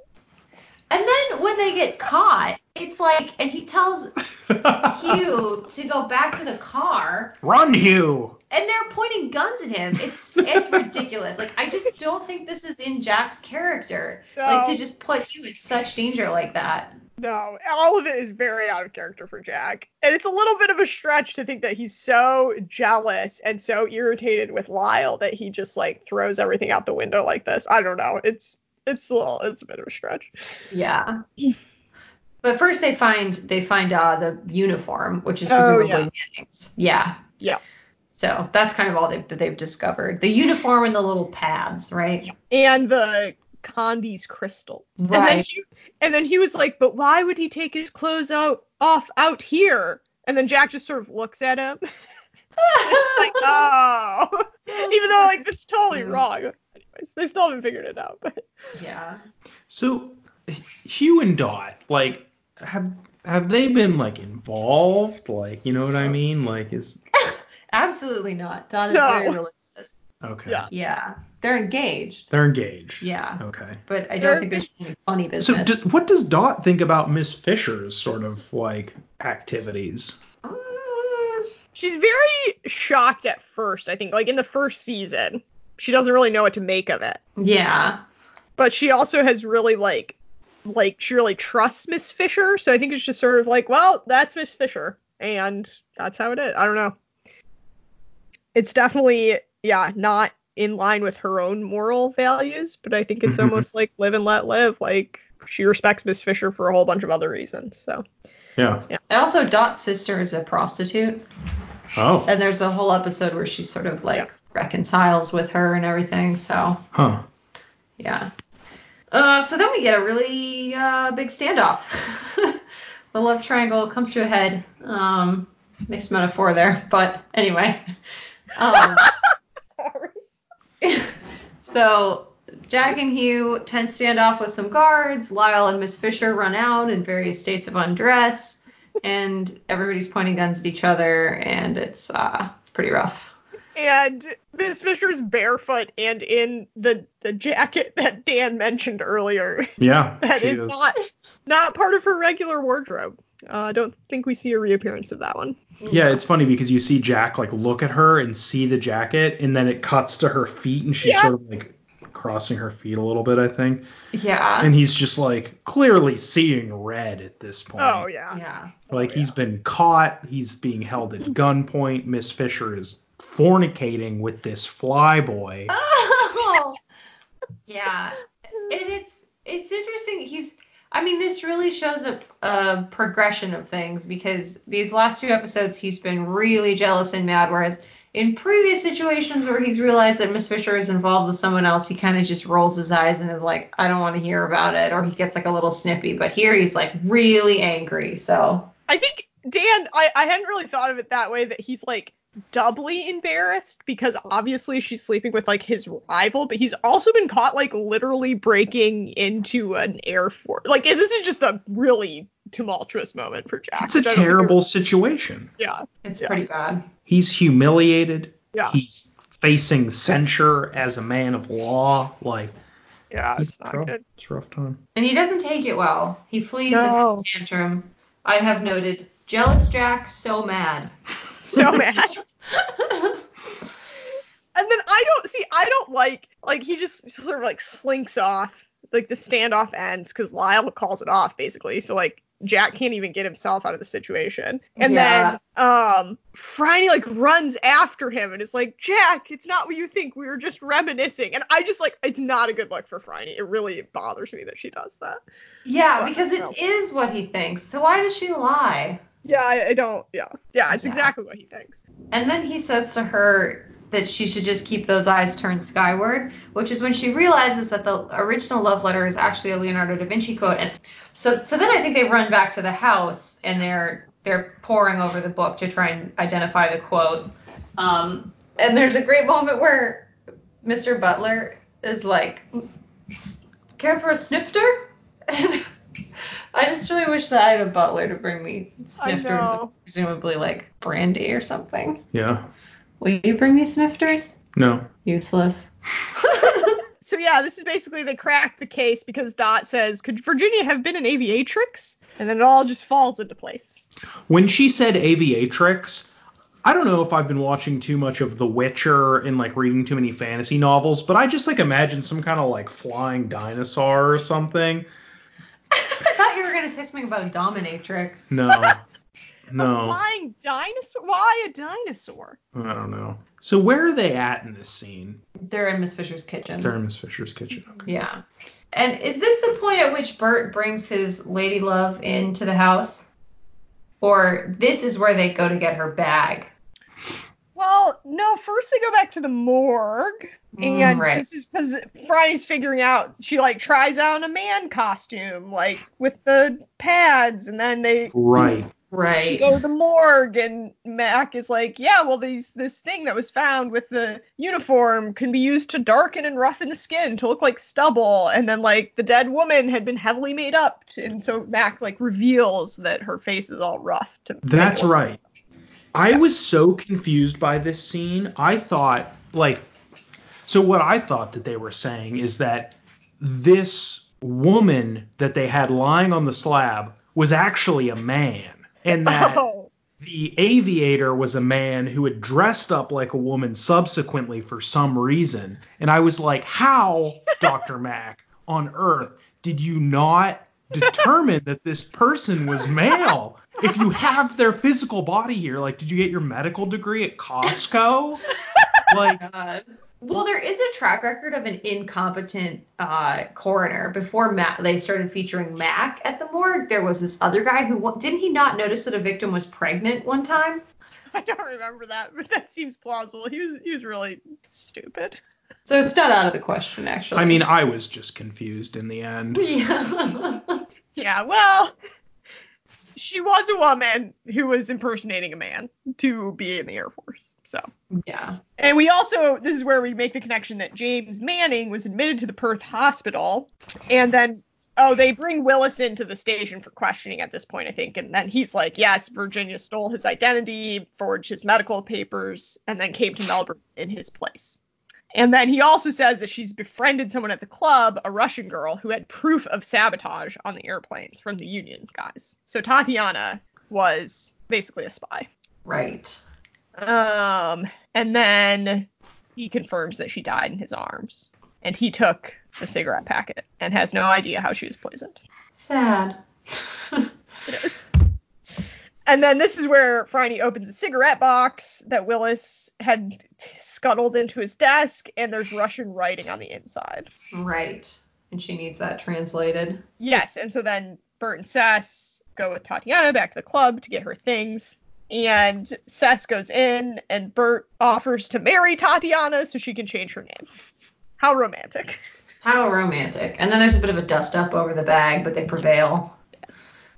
And then when they get caught, it's like, and he tells Hugh to go back to the car, Run, Hugh. and they're pointing guns at him. It's it's ridiculous. Like I just don't think this is in Jack's character, like No. to just put Hugh in such danger like that. No, all of it is very out of character for Jack. And it's a little bit of a stretch to think that he's so jealous and so irritated with Lyle that he just like throws everything out the window like this. I don't know. It's it's a little it's a bit of a stretch. Yeah. But first they find they find uh the uniform, which is Oh, presumably yeah. Manning's. Yeah. Yeah. So that's kind of all they've, they've discovered. The uniform and the little pads, right? And the Condi's crystal. And then Right. he, and then he was like, but why would he take his clothes out off out here? And then Jack just sort of looks at him. It's like, oh. Even though like this is totally Yeah. wrong. Anyways, they still haven't figured it out. But yeah. So, Hugh and Dot, like, have have they been like involved? Like, you know what I mean? Like, is Absolutely not. Don is No. very religious. okay. Yeah. Yeah. They're engaged. They're engaged. Yeah. Okay. But I They're don't think there's any funny So, business. do, what does Dot think about Miss Fisher's sort of like activities? Uh, Mm, She's very shocked at first, I think. Like in the first season, she doesn't really know what to make of it. yeah. But she also has really like like she really trusts Miss Fisher, so I think it's just sort of like, well, that's Miss Fisher and that's how it is. I don't know. It's definitely yeah, not in line with her own moral values, but I think it's almost like live and let live. Like she respects Miss Fisher for a whole bunch of other reasons. So Yeah. And also, Dot's sister is a prostitute. Oh. And there's a whole episode where she sort of like reconciles with her and everything. So, Huh. yeah. Uh, so then we get a really uh, big standoff. the love triangle comes to a head. Um, mixed metaphor there. But anyway. Um, sorry. so Jack and Hugh tense standoff with some guards. Lyle and Miss Fisher run out in various states of undress, and everybody's pointing guns at each other, and it's uh, it's pretty rough. and Miss Fisher's barefoot and in the the jacket that Dan mentioned earlier. Yeah. That she is, not not part of her regular wardrobe. Uh, I don't think we see a reappearance of that one. Yeah, it's funny because you see Jack like look at her and see the jacket, and then it cuts to her feet, and she's Yeah. sort of like crossing her feet a little bit, I think. Yeah. And he's just like clearly seeing red at this point. Oh yeah. Yeah. Like he's been caught, he's being held at gunpoint. Miss Fisher is fornicating with this fly boy. Oh. yeah. And it's it's interesting. He's I mean, this really shows a, a progression of things because these last two episodes he's been really jealous and mad, whereas in previous situations where he's realized that Miss Fisher is involved with someone else, he kind of just rolls his eyes and is like, I don't want to hear about it, or he gets like a little snippy. But here he's like really angry. So I think Dan, I, I hadn't really thought of it that way that he's like doubly embarrassed because obviously she's sleeping with like his rival, but he's also been caught like literally breaking into an air force. Like this is just a really tumultuous moment for Jack. It's a which I don't think terrible situation. we- Yeah. it's Yeah. pretty bad. He's humiliated. Yeah. He's facing censure as a man of law. Like Yeah. It's it's, not rough. good. It's a rough time. And he doesn't take it well. He flees No. in his tantrum. I have noted jealous Jack, so mad. So mad. And then I don't see. I don't like like he just sort of like slinks off. Like the standoff ends because Lyle calls it off basically. So like Jack can't even get himself out of the situation. And then um Franny like runs after him and is like, Jack, it's not what you think. We were just reminiscing. And I just like it's not a good look for Franny. It really bothers me that she does that. yeah, because it is what he thinks. So why does she lie? Yeah, I, I don't. Yeah, yeah, it's Yeah. exactly what he thinks. And then he says to her that she should just keep those eyes turned skyward, which is when she realizes that the original love letter is actually a Leonardo da Vinci quote. And so, so then I think they run back to the house and they're they're poring over the book to try and identify the quote. Um, and there's a great moment where Mr. Butler is like, "S- "Care for a snifter?" I just really wish that I had a butler to bring me snifters, know. presumably like brandy or something. Yeah. Will you bring me snifters? No. Useless. So yeah, this is basically they crack the case because Dot says, "Could Virginia have been an aviatrix?" And then it all just falls into place. When she said aviatrix, I don't know if I've been watching too much of The Witcher and like reading too many fantasy novels, but I just like imagine some kind of like flying dinosaur or something. I thought you were gonna say something about a dominatrix. No. A No. flying dinosaur? Why a dinosaur? I don't know. So where are they at in this scene? They're in Miss Fisher's kitchen. They're in Miss Fisher's kitchen. Okay. Yeah. And is this the point at which Bert brings his lady love into the house? Or this is where they go to get her bag. Well, no. First they go back to the morgue, and Mm, right. this is because Friday's figuring out she like tries on a man costume, like with the pads, and then they Right. Right. go to the morgue and Mac is like, yeah, well these this thing that was found with the uniform can be used to darken and roughen the skin to look like stubble and then like the dead woman had been heavily made up t- and so Mac like reveals that her face is all rough to That's make it- right. I was so confused by this scene. I thought like so what I thought that they were saying is that this woman that they had lying on the slab was actually a man and that Oh, the aviator was a man who had dressed up like a woman subsequently for some reason. And I was like, how, Dr. Mack, on earth did you not determine that this person was male? If you have their physical body here, like, did you get your medical degree at Costco? Like, God. Uh, Well, there is a track record of an incompetent uh, coroner. Before Mac, they started featuring Mac at the morgue. There was this other guy who wa- didn't he not notice that a victim was pregnant one time? I don't remember that, but that seems plausible. He was he was really stupid. So it's not out of the question, actually. I mean, I was just confused in the end. yeah. Yeah, well, she was a woman who was impersonating a man to be in the Air Force. So yeah. And we also, this is where we make the connection that James Manning was admitted to the Perth hospital. And then, oh, they bring Willis into the station for questioning at this point, I think. And then he's like, yes, Virginia stole his identity, forged his medical papers, and then came to Melbourne in his place. And then he also says that she's befriended someone at the club, a Russian girl, who had proof of sabotage on the airplanes from the Union guys. So Tatiana was basically a spy. Right. Um, and then he confirms that she died in his arms, and he took the cigarette packet and has no idea how she was poisoned. Sad. And then this is where Franny opens a cigarette box that Willis had t- scuttled into his desk, and there's Russian writing on the inside. right. And she needs that translated. Yes, and so then Bert and Sess go with Tatiana back to the club to get her things. and Sess goes in, and Bert offers to marry Tatiana so she can change her name. How romantic. How romantic. And then there's a bit of a dust up over the bag, but they prevail.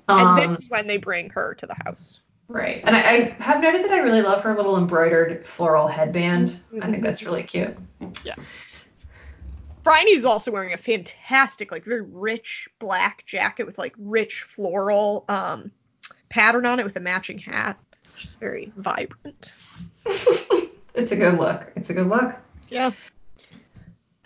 Um, and this is when they bring her to the house. right. And I, I have noted that I really love her little embroidered floral headband. I think that's really cute. Bryony is also wearing a fantastic, like very rich black jacket with like rich floral um, pattern on it with a matching hat. She's very vibrant. it's a good look. It's a good look. Yeah.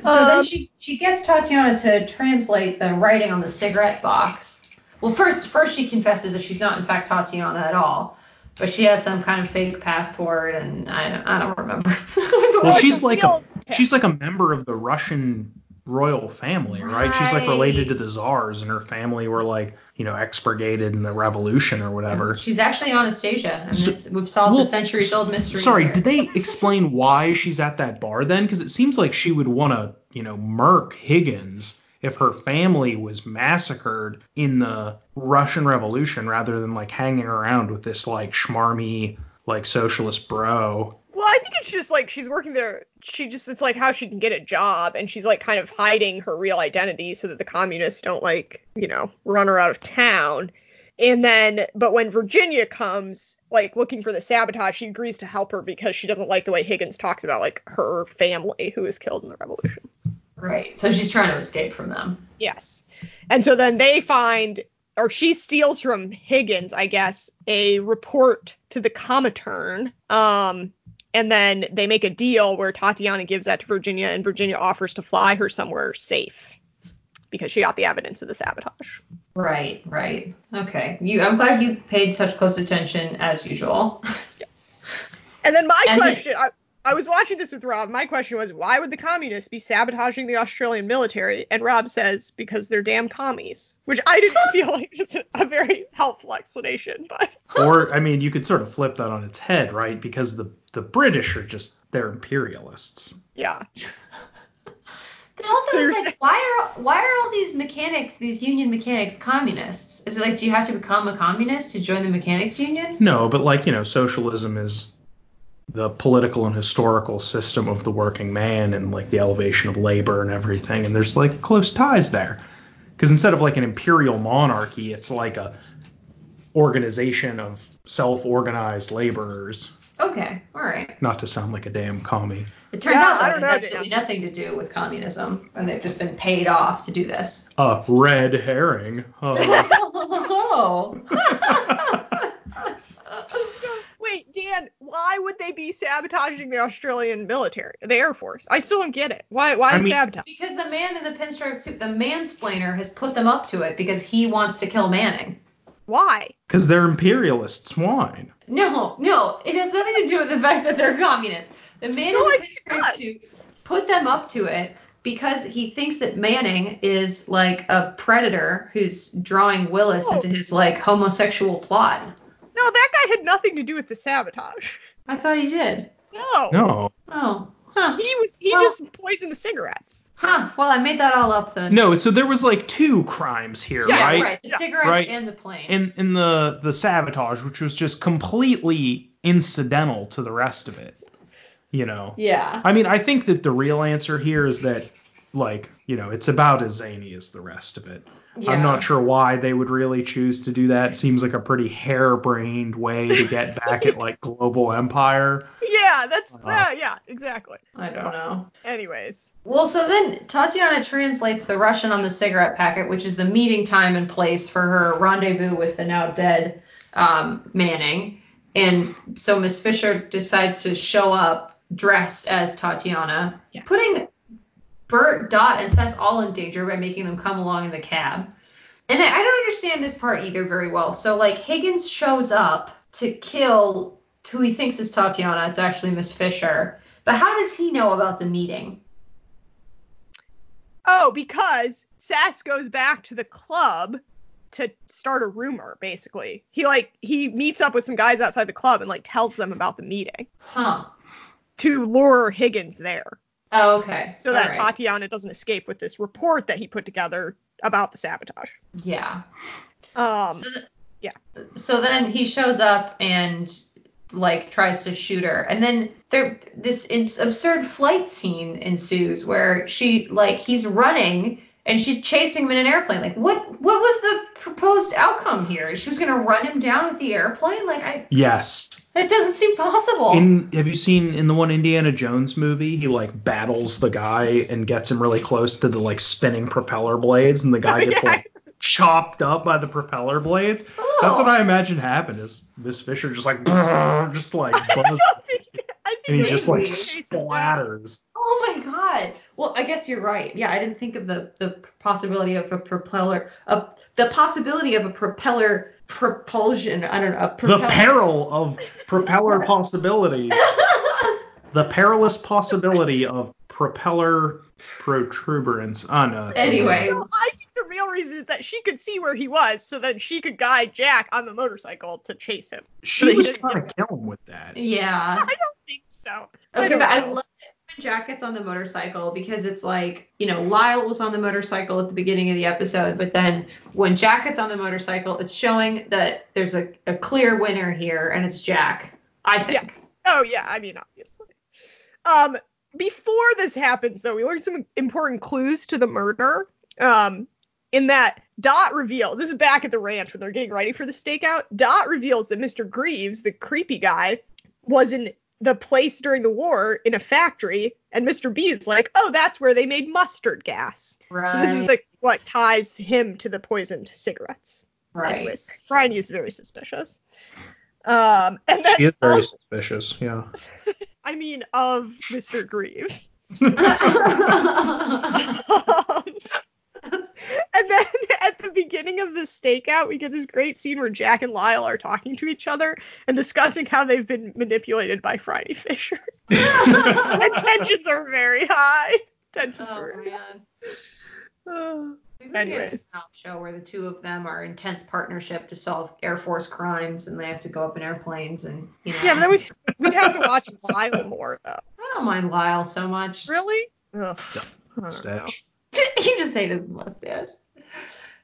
So Um, then she She she gets Tatiana to translate the writing on the cigarette box. Well, first first she confesses that she's not in fact Tatiana at all, but she has some kind of fake passport, and I don't, I don't remember. It was a Oh, Well, lot- she's like a Yeah. she's like a member of the Russian royal family, right? She's like related to Right. the czars, and her family were like you know expurgated in the revolution or whatever. she's actually Anastasia, and So- this, we've solved well, a centuries old mystery. Sorry, here. did they explain why she's at that bar then? Because it seems like she would want to, you know, murk Higgins if her family was massacred in the Russian Revolution rather than like hanging around with this like schmarmy like socialist bro. Well, I think it's just like she's working there. She just it's like how she can get a job, and she's like kind of hiding her real identity so that the communists don't like you know run her out of town. And then, but when Virginia comes, like looking for the sabotage, she agrees to help her because she doesn't like the way Higgins talks about like her family who was killed in the revolution. Right. So she's trying to escape from them. Yes. And so then they find, or she steals from Higgins, I guess, a report to the Comatern. Um, and then they make a deal where Tatiana gives that to Virginia, and Virginia offers to fly her somewhere safe because she got the evidence of the sabotage. Right. Right. Okay. You. I'm glad you paid such close attention as usual. And then my And the- question. I, I was watching this with Rob. My question was, why would the communists be sabotaging the Australian military? And Rob says, because they're damn commies, which I didn't feel like was a- a very helpful explanation, but Or I mean, you could sort of flip that on its head, right? Because the the British are just they're imperialists. yeah. But also, it's Seriously. like, why are why are all these mechanics, these union mechanics, communists? Is it like, do you have to become a communist to join the mechanics union? No, but like, you know, socialism is the political and historical system of the working man and like the elevation of labor and everything. And there's like close ties there. Because instead of like an imperial monarchy, it's like a organization of self-organized laborers. Okay, all right. Not to sound like a damn commie. It turns Yeah, out that I don't it has know, absolutely nothing to do with communism, and they've just been paid off to do this. A red herring. Uh, Oh. So wait, Dan, why would they be sabotaging the Australian military, the Air Force? I still don't get it. Why? Why I mean- sabotage? because the man in the pinstripe suit, the mansplainer, has put them up to it because he wants to kill Manning. Why? Because they're imperialist swine. No, no, it has nothing to do with the fact that they're communists. The man No, in it the pinstripe does. suit put them up to it because he thinks that Manning is like a predator who's drawing Willis Oh. into his like homosexual plot. No, that guy had nothing to do with the sabotage. I thought he did. No. No. Oh, huh, He was. He Well- just poisoned the cigarettes. huh. Well, I made that all up then. No, so there was like two crimes here, yeah, right? right. The Yeah. cigarette Right. and the plane. in in the the sabotage, which was just completely incidental to the rest of it. You know, yeah. I mean, I think that the real answer here is that, like, you know, it's about as zany as the rest of it. yeah. I'm not sure why they would really choose to do that. Seems like a pretty harebrained way to get back at like global empire. Yeah, that's. Uh-huh. yeah, yeah, exactly. I don't know. Anyways. Well, so then Tatiana translates the Russian on the cigarette packet, which is the meeting time and place for her rendezvous with the now dead um, Manning. And so Miss Fisher decides to show up dressed as Tatiana, Yeah. putting Bert, Dot, and Sess all in danger by making them come along in the cab. And I, I don't understand this part either very well. So, like, Higgins shows up to kill who he thinks is Tatiana. It's actually Miss Fisher. But how does he know about the meeting? Oh, because Sass goes back to the club to start a rumor. Basically, he like he meets up with some guys outside the club and like tells them about the meeting Huh. to lure Higgins there. Oh, okay. so that All right. Tatiana doesn't escape with this report that he put together about the sabotage. Yeah. Um, so, th- yeah. So then he shows up and like tries to shoot her and then there this ins- absurd flight scene ensues where she like he's running and she's chasing him in an airplane like what what was the proposed outcome here she was going to run him down with the airplane like i Yes. it doesn't seem possible In have you seen in the one Indiana Jones movie, he like battles the guy and gets him really close to the like spinning propeller blades and the guy gets Yeah. like chopped up by the propeller blades. That's Oh. what I imagine happened is Miss Fisher just like just like buzz I think and he it just would like be amazing. splatters. Oh my god. Well, I guess you're right. Yeah, I didn't think of the the possibility of a propeller a the possibility of a propeller propulsion. I don't know. A The propeller. peril of propeller possibility. the perilous possibility of propeller protuberance. Oh no. it's- Anyway. Well, I think the real reason is that she could see where he was, so then she could guide Jack on the motorcycle to chase him. she was trying to kill him with that. yeah. I don't think so. I Okay, don't but I know. love it when Jack gets on the motorcycle because it's like, you know, Lyle was on the motorcycle at the beginning of the episode, but then when Jack gets on the motorcycle, it's showing that there's a, a clear winner here and it's Jack. I think. Oh yeah, I mean obviously. Um, before this happens though, we learned some important clues to the murder. Um, in that Dot reveal this is back at the ranch when they're getting ready for the stakeout. Dot reveals that Mr. Greaves, the creepy guy, was in the place during the war in a factory, and Mr. B is like, oh, that's where they made mustard gas. Right. So this is like what ties him to the poisoned cigarettes. right. Anyways, Franny is very suspicious. Um, and then She is very suspicious, yeah. I mean, of Mr. Greaves. oh Um, and then at the beginning of the stakeout, we get this great scene where Jack and Lyle are talking to each other and discussing how they've been manipulated by Friday Fisher. and tensions are very high. Tensions Oh, are. man. Uh, Maybe we anyway. Anyway. get a spin-off show where the two of them are in intense partnership to solve Air Force crimes and they have to go up in airplanes and you know yeah, but then we'd, we'd have to watch Lyle more though. I don't mind Lyle so much. Really? Ugh. I don't know. Mustache. you just hate his mustache.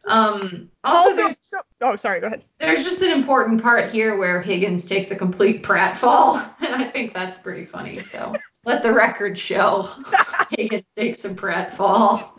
Um also, Also, there's so, oh, sorry. Go ahead. there's just an important part here where Higgins takes a complete pratfall. And I think that's pretty funny. So let the record show Higgins takes a pratfall.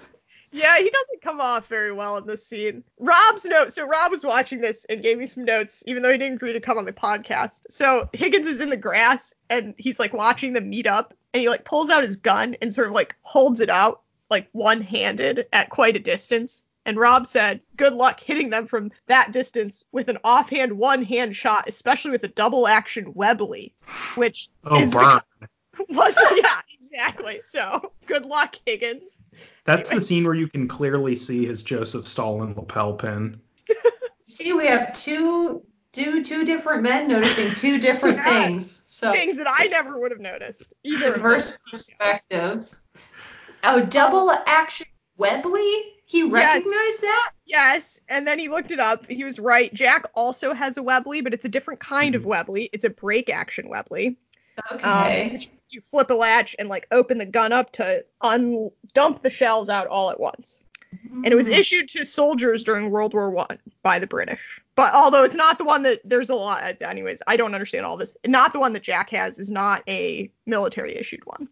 Yeah, he doesn't come off very well in this scene. Rob's note. So Rob was watching this and gave me some notes, even though he didn't agree to come on the podcast. So Higgins is in the grass and he's like watching them meet up, and he like pulls out his gun and sort of like holds it out like one-handed at quite a distance. And Rob said, "Good luck hitting them from that distance with an offhand one-hand shot, especially with a double-action Webley, which Oh is burn. was yeah exactly. So good luck, Higgins." That's the scene where you can clearly see his Joseph Stalin lapel pin. See, we have two two two different men noticing two different Yeah. things. So things that I never would have noticed. Either of diverse those. perspectives. Oh, double action Webley? He recognized that? Yes, and then he looked it up. He was right. Jack also has a Webley, but it's a different kind of Webley. It's a break action Webley. Um, Okay. which means you flip a latch and like open the gun up to un- dump the shells out all at once. And it was Mm-hmm. issued to soldiers during World War One by the British. But although it's not the one that there's a lot. Anyways, I don't understand all this. Not the one that Jack has is not a military issued one.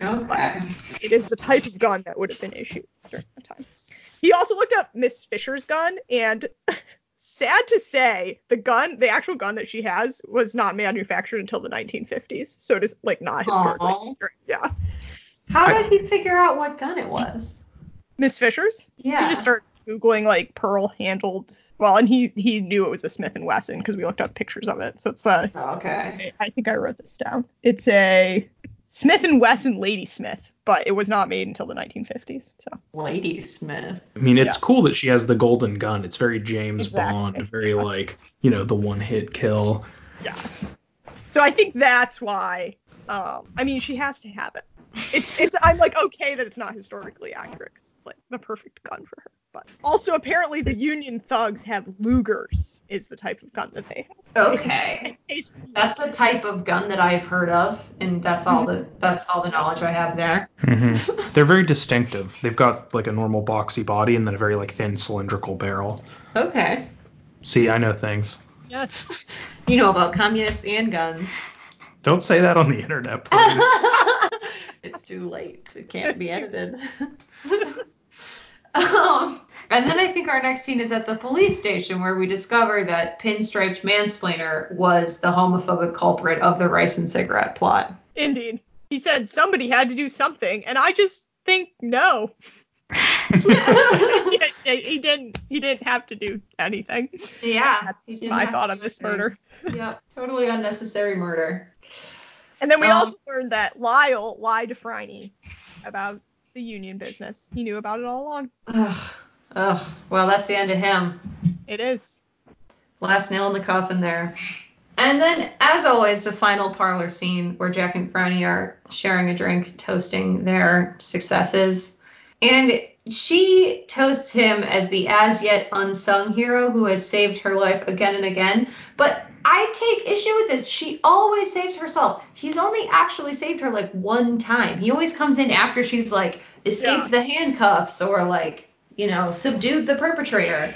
okay. It is the type of gun that would have been issued during that time. He also looked up Miss Fisher's gun, and sad to say, the gun, the actual gun that she has, was not manufactured until the 1950s. So it is like not historically. Aw. accurate. Yeah. How did he figure out what gun it was? Miss Fisher's. Yeah. He just started googling like pearl handled. Well, and he he knew it was a Smith and Wesson because we looked up pictures of it. So it's a. okay. I think I wrote this down. It's a Smith and Wesson Lady Smith, but it was not made until the 1950s. So. Lady Smith. I mean, it's Yeah. cool that she has the golden gun. It's very James Exactly. Bond, very like, you know, the one hit kill. Yeah. So I think that's why. Um, I mean, she has to have it. It's, it's. I'm like okay that it's not historically accurate. 'cause it's like the perfect gun for her. But also apparently the Union thugs have Lugers is the type of gun that they Okay. have. It's- That's a type of gun that I've heard of, and that's all Mm-hmm. the that's all the knowledge I have there. They're very distinctive. They've got like a normal boxy body and then a very like thin cylindrical barrel. Okay. See, I know things. Yes. You know about communists and guns. Don't say that on the internet, please. it's too late. It can't be edited. um, and then I think our next scene is at the police station where we discover that pinstriped mansplainer was the homophobic culprit of the rice and cigarette plot. Indeed. He said somebody had to do something, and I just think no. he, he didn't. He didn't have to do anything. yeah. That's my thought on this murder. Yeah, totally unnecessary murder. And then we Um, also learned that Lyle lied to Franny about the union business. He knew about it all along. Ugh. Ugh. Well, that's the end of him. It is. Last nail in the coffin there. And then, as always, the final parlor scene where Jack and Franny are sharing a drink, toasting their successes. And she toasts him as the as yet unsung hero who has saved her life again and again. But I take issue with this. She always saves herself. He's only actually saved her like one time. He always comes in after she's like escaped Yeah. the handcuffs or like, you know, subdued the perpetrator.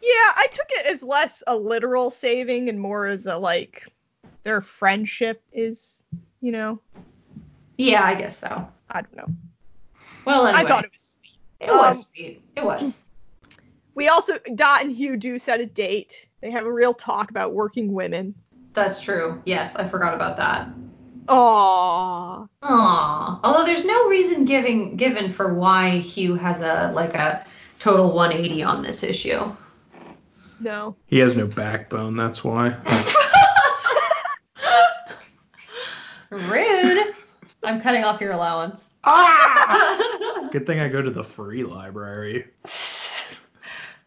Yeah, I took it as less a literal saving and more as a like their friendship is, you know, Yeah, I guess so. I don't know. Well, anyway. I thought it was. It was sweet. Um, It was. We also Dot and Hugh do set a date. They have a real talk about working women. That's true. Yes, I forgot about that. Aww. Aww. Although there's no reason giving given for why Hugh has a like a total 180 on this issue. No. he has no backbone, that's why. Rude. I'm cutting off your allowance. Ah! Good thing I go to the free library.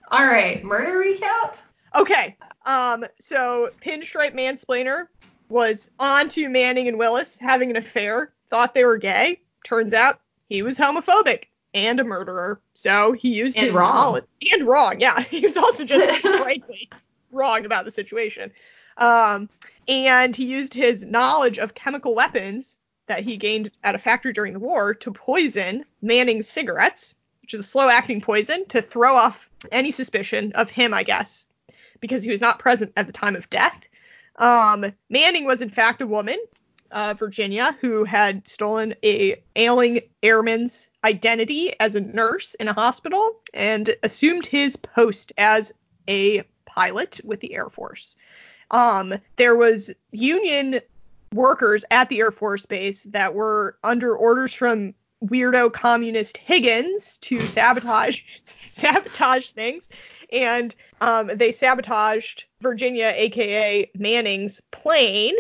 All right, murder recap. Okay. Um. So Pinstripe Mansplainer was on to Manning and Willis having an affair. Thought they were gay. Turns out he was homophobic and a murderer. So he used And his wrong. knowledge and wrong. Yeah, he was also just frankly wrong about the situation. Um. And he used his knowledge of chemical weapons that he gained at a factory during the war to poison Manning's cigarettes, which is a slow acting poison, to throw off any suspicion of him, I guess, because he was not present at the time of death. Um, Manning was in fact a woman, uh, Virginia, who had stolen a ailing airman's identity as a nurse in a hospital and assumed his post as a pilot with the Air Force. Um, there was Union workers at the Air Force Base that were under orders from weirdo communist Higgins to sabotage sabotage things, and um, they sabotaged Virginia, aka Manning's plane,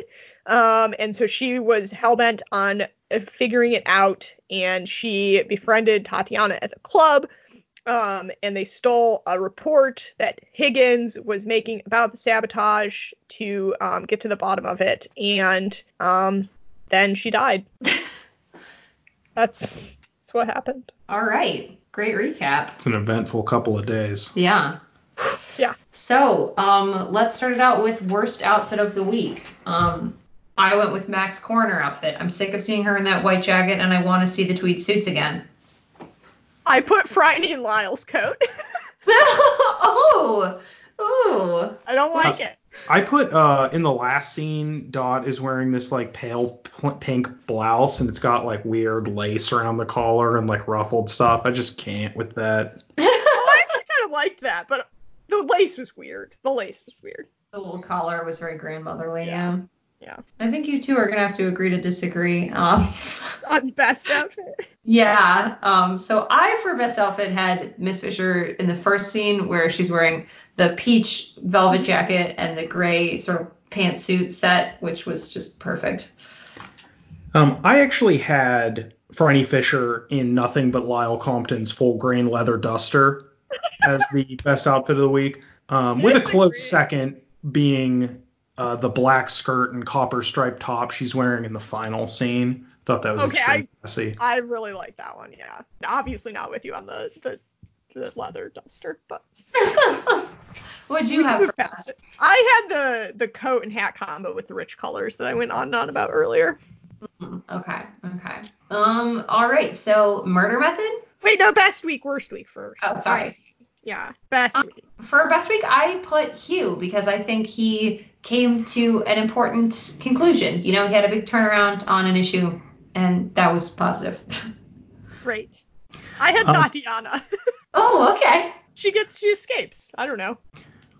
um, and so she was hell bent on uh, figuring it out, and she befriended Tatiana at the club. Um, and they stole a report that Higgins was making about the sabotage to um, get to the bottom of it, and um, then she died. that's that's what happened. All right, great recap. It's an eventful couple of days. Yeah. Yeah. So, um, let's start it out with worst outfit of the week. Um, I went with Max Corner outfit. I'm sick of seeing her in that white jacket, and I want to see the tweed suits again. I put Franny in Lyle's coat. oh, ooh, I don't like it. I put uh in the last scene, Dot is wearing this like pale pl- pink blouse and it's got like weird lace around the collar and like ruffled stuff. I just can't with that. Well, I actually kind of liked that, but the lace was weird. The lace was weird. the little collar was very grandmotherly. Yeah. Yeah. Yeah. I think you two are gonna have to agree to disagree. Um, On best outfit. Yeah. Um, so I, for best outfit, had Miss Fisher in the first scene where she's wearing the peach velvet jacket and the gray sort of pantsuit set, which was just perfect. Um, I actually had Franny Fisher in nothing but Lyle Compton's full grain leather duster as the best outfit of the week, um, with a Disagree. close second being uh, the black skirt and copper striped top she's wearing in the final scene. Thought that was Okay, extremely messy. I really like that one. Yeah. Obviously not with you on the the, the leather duster, but What'd you have for Pass it. I had the the coat and hat combo with the rich colors that I went on and on about earlier. Mm, Okay. Okay. Um. All right. So murder method. Wait, no, best week, worst week first. Oh, sorry. Yeah, best week. for best week, I put Hugh because I think he came to an important conclusion. You know, he had a big turnaround on an issue, and that was positive. Great. I had Um, Tatiana. oh, okay. she gets she escapes. I don't know.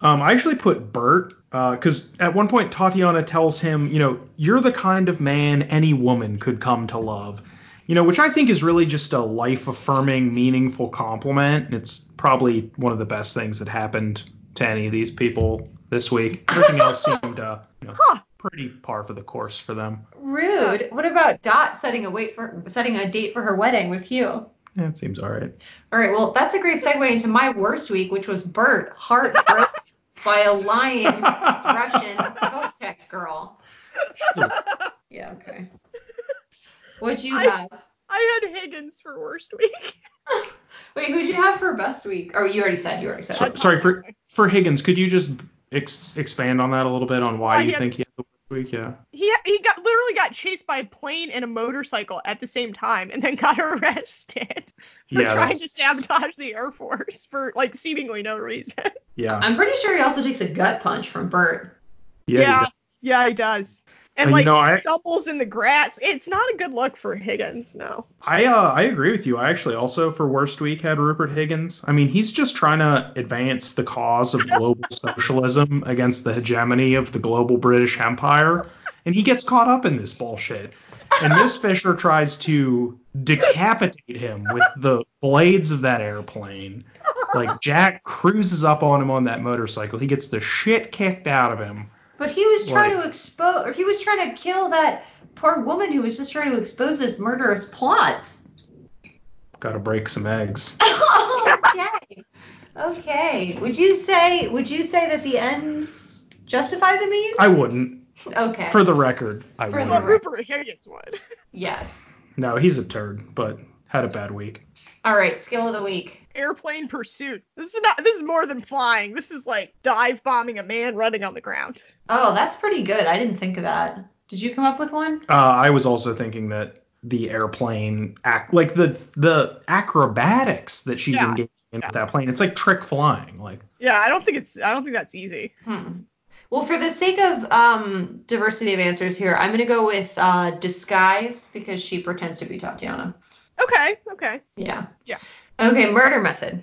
Um, I actually put Bert because at one point Tatiana tells him, you know, you're the kind of man any woman could come to love, you know, which I think is really just a life affirming, meaningful compliment. It's probably one of the best things that happened to any of these people this week. Everything else seemed, uh, you know, Huh. pretty par for the course for them. Rude. What about Dot setting a wait for setting a date for her wedding with Hugh? Yeah, it seems all right. All right, well, that's a great segue into my worst week, which was Bert heartbroken by a lying Russian spell check girl. Yeah, okay. What'd you I- have? I had Higgins for worst week. Wait, who'd you have for best week? Oh, you already said. You already said. So- sorry for for Higgins. Could you just ex- expand on that a little bit on why I you had- think he had the worst week? Yeah. He he got literally got chased by a plane and a motorcycle at the same time, and then got arrested for yeah. trying that's- to sabotage the Air Force for like seemingly no reason. Yeah. I'm pretty sure he also takes a gut punch from Bert. Yeah. you yeah, yeah, he does. And Uh, you like know, he I- stumbles in the grass. It's not a good look for Higgins. No. I uh, I agree with you. I actually also for worst week had Rupert Higgins. I mean, he's just trying to advance the cause of global socialism against the hegemony of the global British Empire, and he gets caught up in this bullshit. And Miss Fisher tries to decapitate him with the blades of that airplane. Like Jack cruises up on him on that motorcycle. He gets the shit kicked out of him. But he was trying Right. to expose, or he was trying to kill that poor woman who was just trying to expose this murderous plot. Got to break some eggs. okay. Okay. Would you say? Would you say that the ends justify the means? I wouldn't. Okay. For the record, I For the Well, wouldn't. record. Rupert Higgins would. yes. No, he's a turd, but had a bad week. All right. Skill of the week. Airplane pursuit. This is not. This is more than flying. This is like dive bombing a man running on the ground. Oh, that's pretty good. I didn't think of that. Did you come up with one? Uh, I was also thinking that the airplane act like the the acrobatics that she's Yeah. engaging in with that plane. It's like trick flying. Like Yeah, I don't think it's. I don't think that's easy. Hmm. Well, for the sake of um, diversity of answers here, I'm going to go with uh, disguise because she pretends to be Tatiana. Okay. Okay. Yeah. Yeah. Okay, murder method.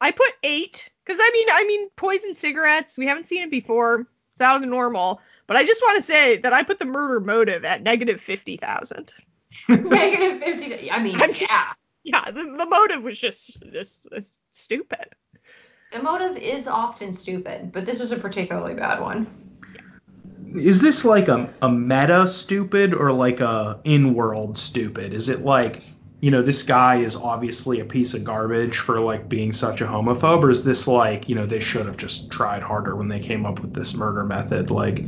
I put eight because I mean, I mean, poison cigarettes. We haven't seen it before. It's out of the normal. But I just want to say that I put the murder motive at negative fifty thousand. Negative 50. I mean, I'm just- yeah. Yeah, the, the motive was just just, just stupid. Emotive is often stupid, but this was a particularly bad one. is this like a, a meta stupid or like a in-world stupid? Is it like you know this guy is obviously a piece of garbage for like being such a homophobe or is this like you know they should have just tried harder when they came up with this murder method like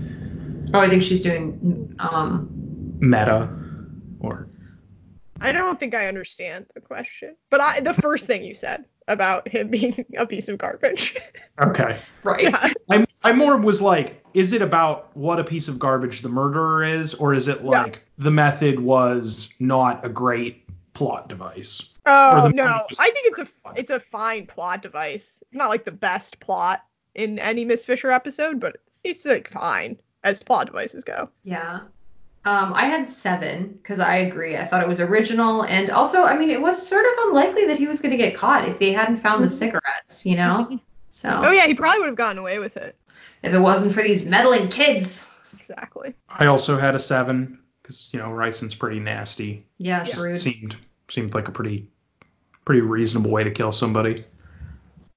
Oh, I think she's doing. Um, meta or I don't think I understand the question. But I the first thing you said about him being a piece of garbage. okay right. yeah. I, I more was like, is it about what a piece of garbage the murderer is, or is it like the method was not a great plot device? Oh the- no, I think it's a it's a fine plot device. It's not like the best plot in any Miss Fisher episode, but it's like fine as plot devices go. Yeah. Um, I had seven because I agree. I thought it was original, and also, I mean, it was sort of unlikely that he was going to get caught if they hadn't found the cigarettes, you know. So Mm-hmm. Oh yeah, he probably would have gotten away with it. if it wasn't for these meddling kids, Exactly. I also had a seven because you know Ryson's pretty nasty. yeah, it's Just rude. Seemed seemed like a pretty pretty reasonable way to kill somebody.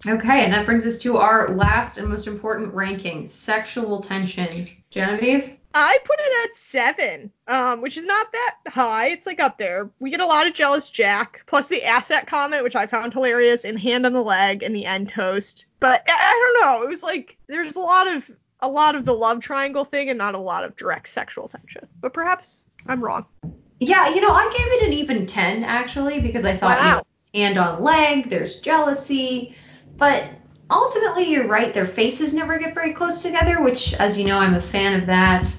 Okay, and that brings us to our last and most important ranking: sexual tension. Genevieve. I put it at seven, um, which is not that high. It's like up there. We get a lot of jealous Jack, plus the asset comment, which I found hilarious, and hand on the leg and the end toast. But I, I don't know. It was like there's a lot of a lot of the love triangle thing and not a lot of direct sexual tension. But perhaps I'm wrong. Yeah, you know, I gave it an even ten actually because I thought you know, hand on leg, there's jealousy. But ultimately, you're right, their faces never get very close together, which, as you know, I'm a fan of that.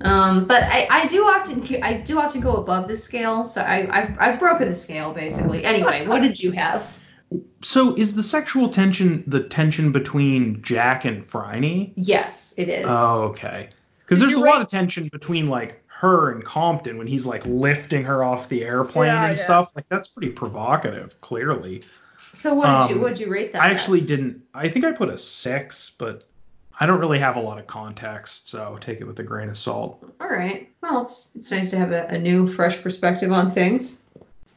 Um, but I, I do often I do often go above the scale, so I, I've, I've broken the scale basically. Anyway, what did you have? So is the sexual tension the tension between Jack and Franny? Yes, it is. Oh, okay. Because there's You're a right. lot of tension between like her and Compton when he's like lifting her off the airplane Yeah, and yeah. stuff. Like that's pretty provocative, clearly. so what did you um, what did you rate that? I at? actually didn't. I think I put a six, but I don't really have a lot of context, so take it with a grain of salt. All right. Well, it's it's nice to have a, a new, fresh perspective on things.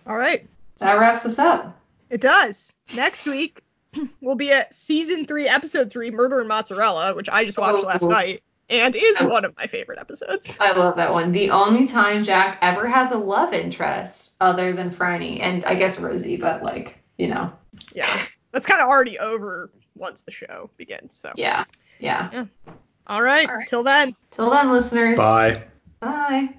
All right. That wraps us up. It does. Next week will be at season three, episode three, Murder and Mozzarella, which I just watched Oh. last night and is one of my favorite episodes. I love that one. The only time Jack ever has a love interest other than Franny, and I guess Rosie, but like, you know, Yeah. That's kind of already over once the show begins. So, yeah, yeah. All right. All right. Till then. Till then, listeners. Bye. Bye.